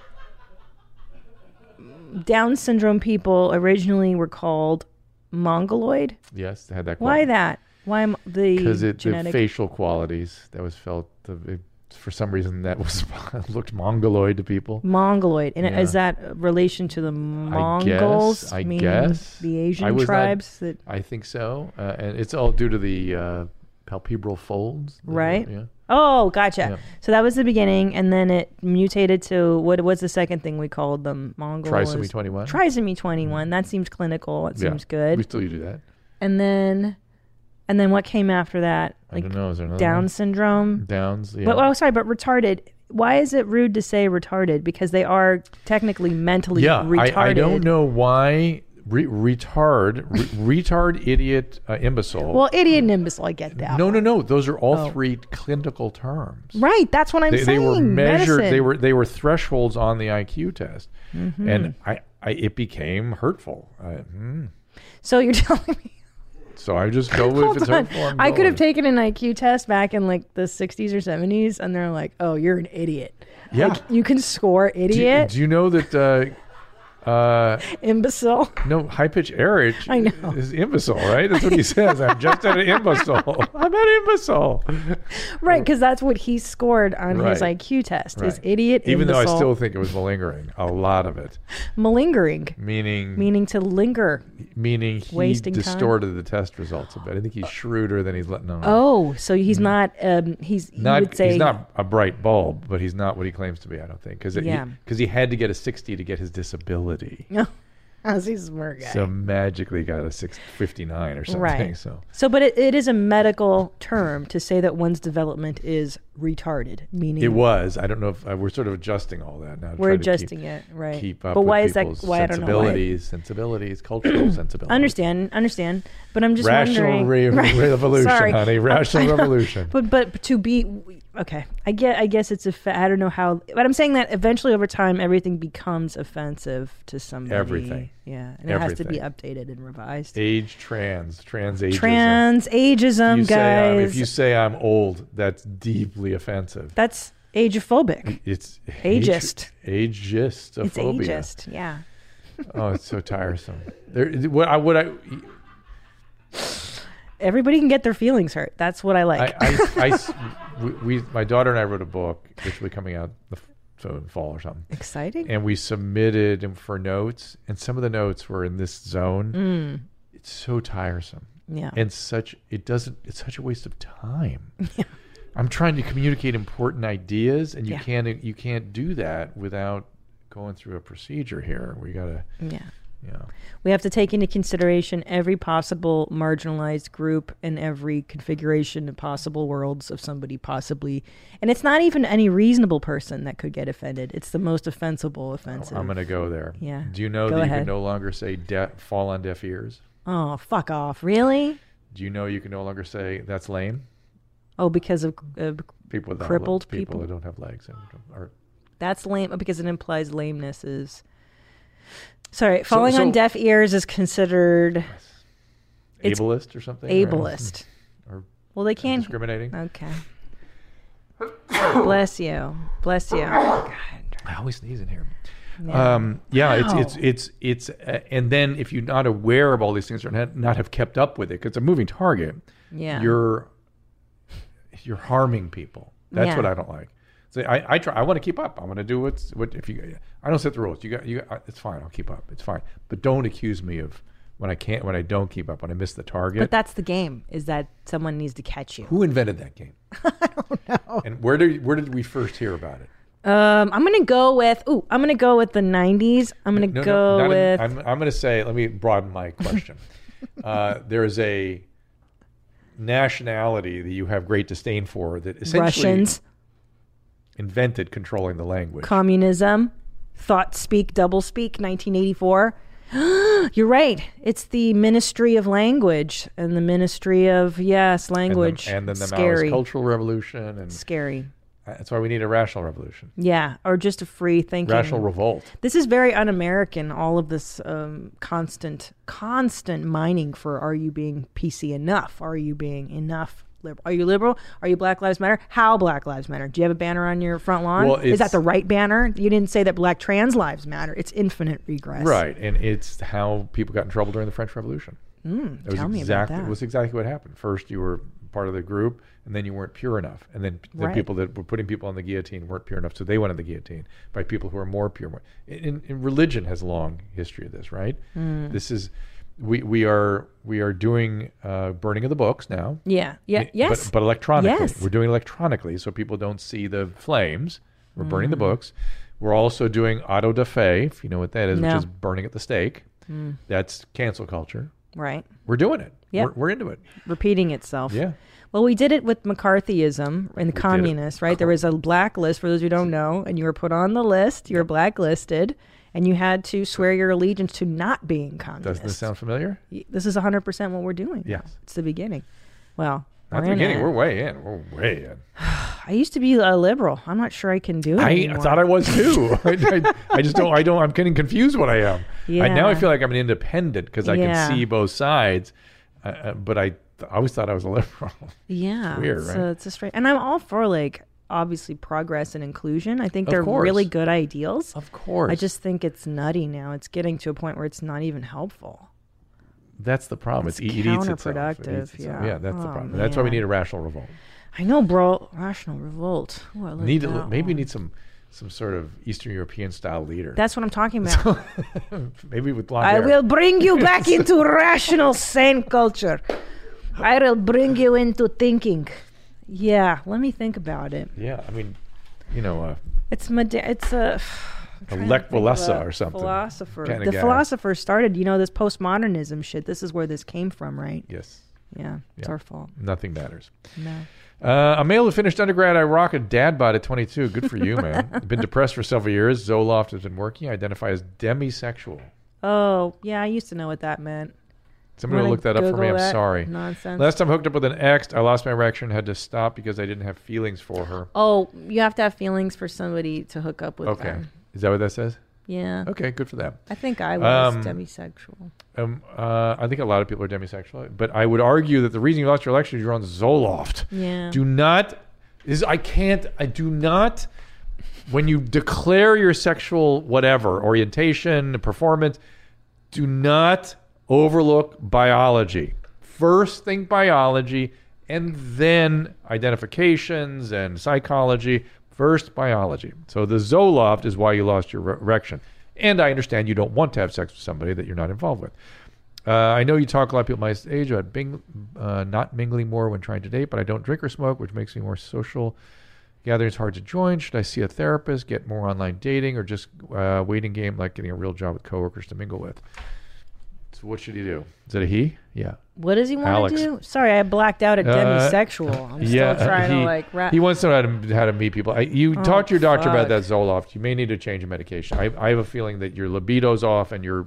Down syndrome people originally were called mongoloid. Yes, I had that. Why that? Why am the Because it genetic? the facial qualities that was felt. The, it, for some reason, that was looked mongoloid to people. Mongoloid, and Yeah. is that a relation to the Mongols? I meaning guess. the I Asian was not- tribes that I think so, uh, and it's all due to the uh, palpebral folds, that- Right. Yeah, Oh, gotcha. Yeah. So that was the beginning, and then it mutated to what was the second thing we called them? Mongol. trisomy twenty-one. Trisomy 21. That seems clinical. It Yeah. seems We good. still do that. And then, and then what came after that? I don't know. Is there another Down one? syndrome. Downs. Yeah. But oh, sorry, but retarded. Why is it rude to say retarded? Because they are technically mentally yeah. retarded. I, I don't know why re- retard, re- retard, idiot, uh, imbecile. Well, idiot and imbecile, I get that. no, no, no. Those are all Oh. three clinical terms. Right. That's what I'm They, they saying. were measured. They Medicine. Mm-hmm. were they were thresholds on the IQ test, and I, I it became hurtful. I, hmm. So you're telling me. So I just go with Hold it's on. hurtful. I'm I could going. have taken an IQ test back in like the 60s or 70s, and they're like, oh, you're an idiot. Yeah. You can score Do you- idiot. Do you know that uh, Uh, Imbecile. no, high pitch Erich I know. is imbecile, right? That's what he says. I'm just an imbecile. I'm an imbecile. Right, because that's what he scored on his Right. IQ test is Right. idiot, Even though I imbecile, still think it was malingering, a lot of it. malingering, Meaning, meaning to linger. meaning he wasting time. distorted the test results a bit. I think he's shrewder than he's letting on. Oh, so he's not. Um, he's. you Mm. not, would say he's not a bright bulb, but he's not what he claims to be. I don't think because Yeah. he, had to get a sixty to get his disability. How's he Oh, a smart guy? So magically got a six fifty nine or something. Right. So So, but it, it is a medical term to say that one's development is retarded, meaning it was. I don't know if uh, we're sort of adjusting all that now. to try we're to keep- adjusting it, right? Keep up. but with why is that? people's Why I don't know. Why. Sensibilities, sensibilities, cultural sensibilities. Understand, understand. But I'm just Rational wondering. re- Right. revolution, Sorry. honey. Rational revolution. But but to be okay, I get. I guess it's a. Fa- I don't know how. But I'm saying that eventually, over time, everything becomes offensive to somebody. Everything. Yeah, and it has to be updated and revised. Age trans, trans ageism. Trans ageism, You guys. say I'm- if you say I'm old, that's deeply offensive. That's agephobic. It's Ageist. Age, ageist. It's ageist. Yeah. Oh, it's so tiresome. There, what I what I Everybody can get their feelings hurt. That's what I like. I, I, I s- we, we my daughter and I wrote a book which will be coming out the f- so in fall or something. Exciting. And we submitted them for notes, and some of the notes were in this zone. It's so tiresome. Mm. yeah. and such it doesn't it's such a waste of time i'm trying to communicate important ideas and you Yeah. can't you can't do that without going through a procedure here we gotta yeah. you know We have to take into consideration every possible marginalized group and every configuration of possible worlds of somebody possibly. And it's not even any reasonable person that could get offended. It's the most offensible offensive. Oh, i'm gonna go there Yeah. do you know Go that you ahead. can no longer say de- fall on deaf ears oh, fuck off. Really? do you know you can no longer say that's lame Oh, because of uh, people without Crippled people, people. that don't have legs and are that's lame oh, because it implies lameness is Sorry, falling on so- deaf ears is considered It's ableist or something or- ableist. Hmm. Or Well, they can't discriminating Okay. Bless you. Bless you. God. I always sneeze in here. Um, yeah, it's it's it's it's, uh, and then if you're not aware of all these things or not, not have kept up with it, because it's a moving target, Yeah. you're you're harming people. That's Yeah. what I don't like. So I, I try. I want to keep up. I'm going to do what's what. If you, I don't set the rules. You got you. Got, it's fine. I'll keep up. It's fine. But don't accuse me of when I can't. When I don't keep up. When I miss the target. But that's the game is that someone needs to catch you. Who invented that game? I don't know. And where did where did we first hear about it? Um, I'm going to go with, ooh, I'm going to go with the 90s. I'm going to go not in- with, I'm, I'm going to say, let me broaden my question. uh, there is a nationality that you have great disdain for that essentially Russians, invented controlling the language. communism, thought speak, double speak, 1984. You're right. It's the Ministry of Language and the Ministry of, yes, and, the- language. and then the Scary. Maoist cultural revolution. And uh, Scary. that's why we need a rational revolution, Yeah. Or just a free thinking. rational revolt. This is very un-American. All of this um, constant, constant mining for are you being PC enough? Are you being enough? Liberal? Are you liberal? Are you Black Lives Matter? How Black Lives Matter? Do you have a banner on your front lawn? Well, is it's- that the right banner? You didn't say that Black trans lives matter. It's infinite regress. Right. And it's how people got in trouble during the French Revolution. Mm, tell me about exactly, that. It was exactly what happened. First, you were part of the group, and then you weren't pure enough. And then p- the Right. people that were putting people on the guillotine weren't pure enough, so they went on the guillotine by people who are more pure. More. In, in religion has a long history of this, right? Mm. This is we we are we are doing uh, burning of the books now. Yeah. Yeah. I- Yes. But, but electronically. Yes. We're doing electronically so people don't see the flames. We're burning Mm. the books. We're also doing auto da fe, if you know what that is, No. which is burning at the stake. That's cancel culture. right. We're doing it. Yep. We're, we're into it. Repeating itself. Yeah. Well, we did it with McCarthyism and the communists, right? There was a blacklist for those who don't know, and you were put on the list. You were blacklisted, and you had to swear your allegiance to not being communist. Doesn't this sound familiar? Y- this is 100% what we're doing. now. Yes. It's the beginning. Well, At we're the in beginning, it. we're way in. We're way in. I used to be a liberal. I'm not sure I can do it. I anymore. thought I was too. I, I, I just don't. I don't. I'm getting confused what I am. I, now I Yeah. feel like I'm an independent because I Yeah. can see both sides. Uh, Uh, but I, I always thought I was a liberal. Yeah. weird, so right? it's a straight. And I'm all for like obviously progress and inclusion. I think Of they're course. really good ideals. Of course. I just think it's nutty now. It's getting to a point where it's not even helpful. that's the problem. It's, It's it eats itself. It counterproductive, eats itself. yeah. Yeah, that's the Oh, problem. That's why we man. need a rational revolt. I know, bro. Rational revolt. Ooh, I like Need a, that li- maybe we one. need some some sort of Eastern European style leader. That's what I'm talking about. maybe with blonde I hair. will bring you back into rational, sane culture. I will bring you into thinking. Yeah, let me think about it. Yeah, I mean, you know, uh, It's Medi- it's a a Lech Walesa or something. philosopher. kinda the guy. philosopher started, you know, this postmodernism shit. This is where this came from, right? Yes, Yeah, it's Yeah. our fault. nothing matters. No. Uh, a male who finished undergrad at Iraq, a dad bod at 22. Good for you, man. been depressed for several years. Zoloft has been working. Identify as demisexual. Oh, yeah, I used to know what that meant. Somebody Wanna look that up for me. Google I'm that sorry. nonsense? Last time I hooked up with an ex, I lost my erection, had to stop because I didn't have feelings for her. Oh, you have to have feelings for somebody to hook up with. Okay. them. Is that what that says? Yeah. Okay, good for that. I think I was Um, demisexual. Um, uh, I think a lot of people are demisexual, but I would argue that the reason you lost your election is you're on Zoloft. Yeah. Do not is I can't I do not when you declare your sexual whatever orientation performance, do not overlook biology. First, think biology, and then identifications and psychology. First, biology. So the Zoloft is why you lost your re- erection. And I understand you don't want to have sex with somebody that you're not involved with. Uh, I know you talk a lot of people my age about bing, uh, not mingling more when trying to date, but I don't drink or smoke, which makes me more social. Gatherings hard to join. Should I see a therapist, get more online dating, or just uh, waiting game like getting a real job with coworkers to mingle with? So what should he do? Is it a he? Yeah. What does he want Alex. to do? Sorry, I blacked out at Uh, demisexual. I'm yeah. still trying he, to like. Ra- Oh, he wants to know how to, how to meet people. I, you talk to your doctor about that fuck. Zoloft. You may need to change your medication. I, I have a feeling that your libido's off and your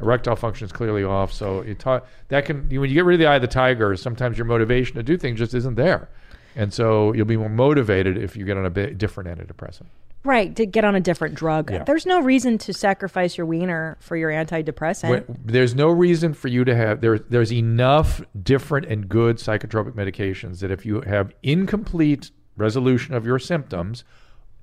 erectile function is clearly off. So you talk, that can you- when you get rid of the eye of the tiger, sometimes your motivation to do things just isn't there. And so you'll be more motivated if you get on a bit different antidepressant. right to get on a different drug. Yeah. There's no reason to sacrifice your wiener for your antidepressant. When- there's no reason for you to have there. There's enough different and good psychotropic medications that if you have incomplete resolution of your symptoms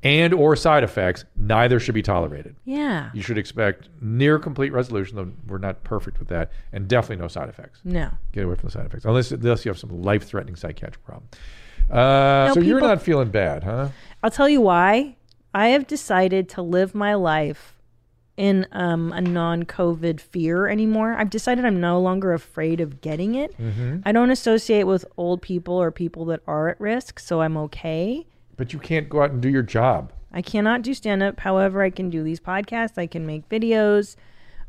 and or side effects, neither should be tolerated. yeah. You should expect near complete resolution. Though we're not perfect with that, and definitely no side effects. No. Get away from the side effects, unless unless you have some life threatening psychiatric problem. Uh, No, so you're people- not feeling bad, huh? I'll tell you why. I have decided to live my life in um, a non-COVID fear anymore. I've decided I'm no longer afraid of getting it. Mm-hmm. I don't associate with old people or people that are at risk, so I'm okay. But you can't go out and do your job. I cannot do stand up. However, I can do these podcasts. I can make videos.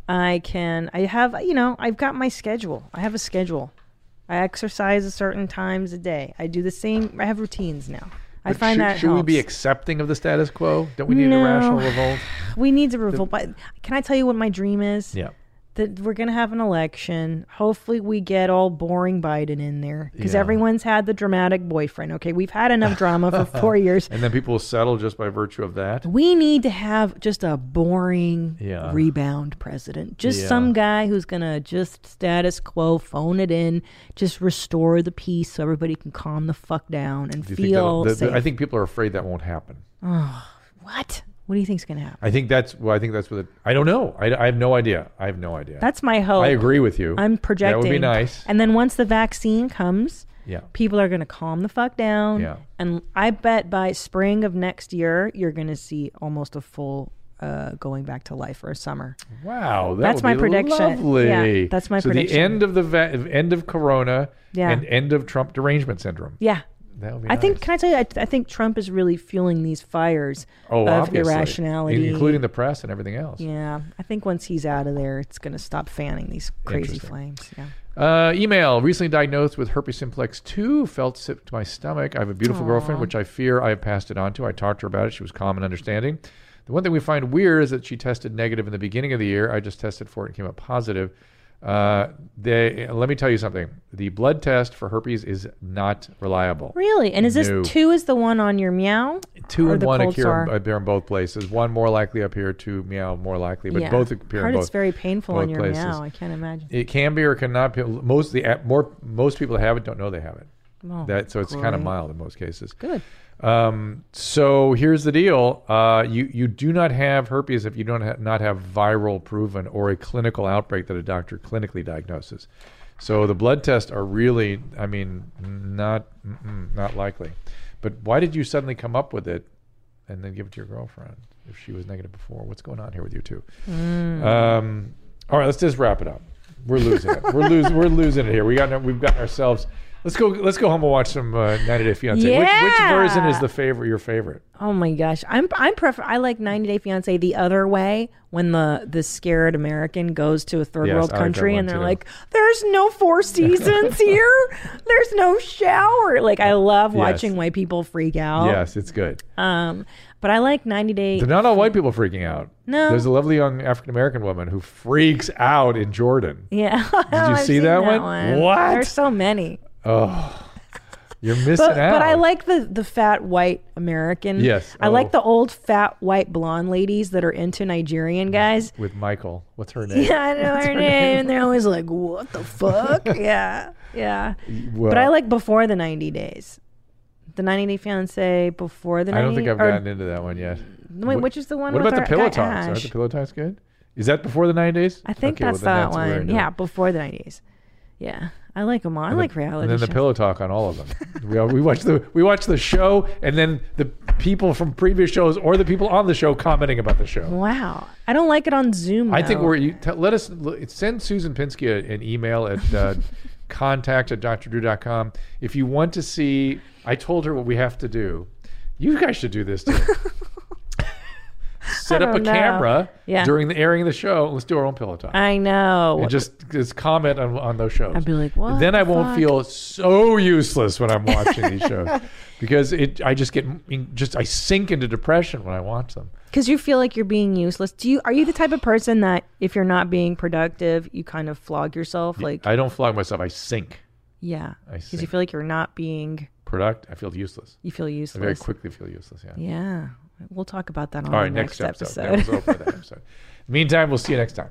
I can, I have, you know, I've got my schedule. I have a schedule. I exercise a certain times a day. I do the same, I have routines now. I But find should, that should we be helps. accepting of the status quo? Don't we need No. an irrational revolt? we need to revolt. But can I tell you what my dream is? Yeah. That we're going to have an election. Hopefully, we get all boring Biden in there because Yeah. everyone's had the dramatic boyfriend. Okay, we've had enough drama for four years. And then people will settle just by virtue of that. We need to have just a boring Yeah. rebound president. Just Yeah. some guy who's going to just status quo, phone it in, just restore the peace so everybody can calm the fuck down and Do you think that'll- feel the- the- safe. I think people are afraid that won't happen. what? What do you think's going to happen? I think that's. Well, I think that's what. It, I don't know. I, I have no idea. I have no idea. That's my hope. I agree with you. I'm projecting. That would be nice. And then once the vaccine comes, yeah. people are going to calm the fuck down. Yeah. And I bet by spring of next year, you're going to see almost a full uh, going back to life or summer. Wow. That That's would my be prediction. Lovely. Yeah, that's my so prediction. the end of the va- end of Corona. Yeah. And end of Trump derangement syndrome. Yeah. That would be. I think, nice. can I tell you, I, I think Trump is really fueling these fires Oh, of obviously. irrationality. In- including the press and everything else. yeah. I think once he's out of there, it's going to stop fanning these crazy Interesting. flames. Yeah. Uh, email recently diagnosed with herpes simplex 2 felt sick to my stomach i have a beautiful girlfriend which i fear i have passed it on to i talked to her about it she was calm and understanding the one thing we find weird is that she tested negative in the beginning of the year i just tested for it and came up positive uh, they, let me tell you something the blood test for herpes is not reliable Really? And is this No. two is the one on your meow? two Or and the one cold appear, sore? appear in both places one more likely up here two meow more likely but yeah. both appear Heard in both it's very painful both on your places. meow. I can't imagine. it can be or cannot be most the more most people that have it don't know they have it Oh, That so it's kind of great. mild in most cases. good. Um, so here's the deal: uh, you you do not have herpes if you don't ha- not have viral proven or a clinical outbreak that a doctor clinically diagnoses. So the blood tests are really, I mean, not mm-mm, not likely. But why did you suddenly come up with it and then give it to your girlfriend if she was negative before? What's going on here with you two? Mm. Um, all right, let's just wrap it up. We're losing it. We're losing. We're losing it here. We got. We've gotten ourselves. Let's go. Let's go home and watch some uh, 90 Day Fiance. Which, which Yeah. version is the favorite? Your favorite? Oh my gosh, I'm I'm prefer I like 90 Day Fiance the other way when the the scared American goes to a third Yes, world I like that country one and they're too. like, "There's no Four Seasons here. There's no shower." Like I love watching white people freak out. Yes, it's good. Um, but I like 90 Day. They're not all white people freaking out. No. There's a lovely young African American woman who freaks out in Jordan. yeah. Did you see that one? What? There's so many. You're missing But, out. but I like the the fat white American. Yes. I Oh. like the old fat white blonde ladies that are into Nigerian guys. with Michael. What's her name? Yeah, I know her name. And they're always like, what the fuck? yeah. Yeah. Well, But I like before the 90 days. The 90 Day Fiance before the 90 I don't think I've or- gotten into that one yet. Wait, which is the one What with about our the pillow guy talks? Aren't Ash? the pillow talks good? Is that before the nine days? I think Okay, well, that's then that where I one. know. Yeah, before the 90 days. Yeah. I like them all. I like reality And then the shows. pillow talk on all of them. we all, we watch the we watch the show, and then the people from previous shows or the people on the show commenting about the show. wow. I don't like it on Zoom. I think though. we're you t- let us l- send Susan Pinsky a- an email at uh, contact at drdrew.com if you want to see. I told her what we have to do. You guys should do this too. Set up a don't know. camera Yeah. during the airing of the show. Let's do our own pillow talk. I know. and just just comment on, on those shows. I'd be like, "What Then I won't the feel so useless when I'm watching these shows because it. I just get just I sink into depression when I watch them. Because you feel like you're being useless. Do you? Are you the type of person that if you're not being productive, you kind of flog yourself? Like, I don't flog myself. I sink. yeah, because see. you feel like you're not being. Product. I feel useless. You feel I very useless. quickly feel useless. Yeah. Yeah, we'll talk about that on All the right. next, Next, episode. episode. That was over for that episode. Meantime, we'll see you next time.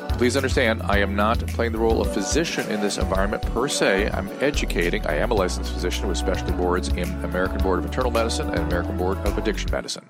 Please understand, I am not playing the role of physician in this environment per se. I'm educating. I am a licensed physician with specialty boards in American Board of Internal Medicine and American Board of Addiction Medicine.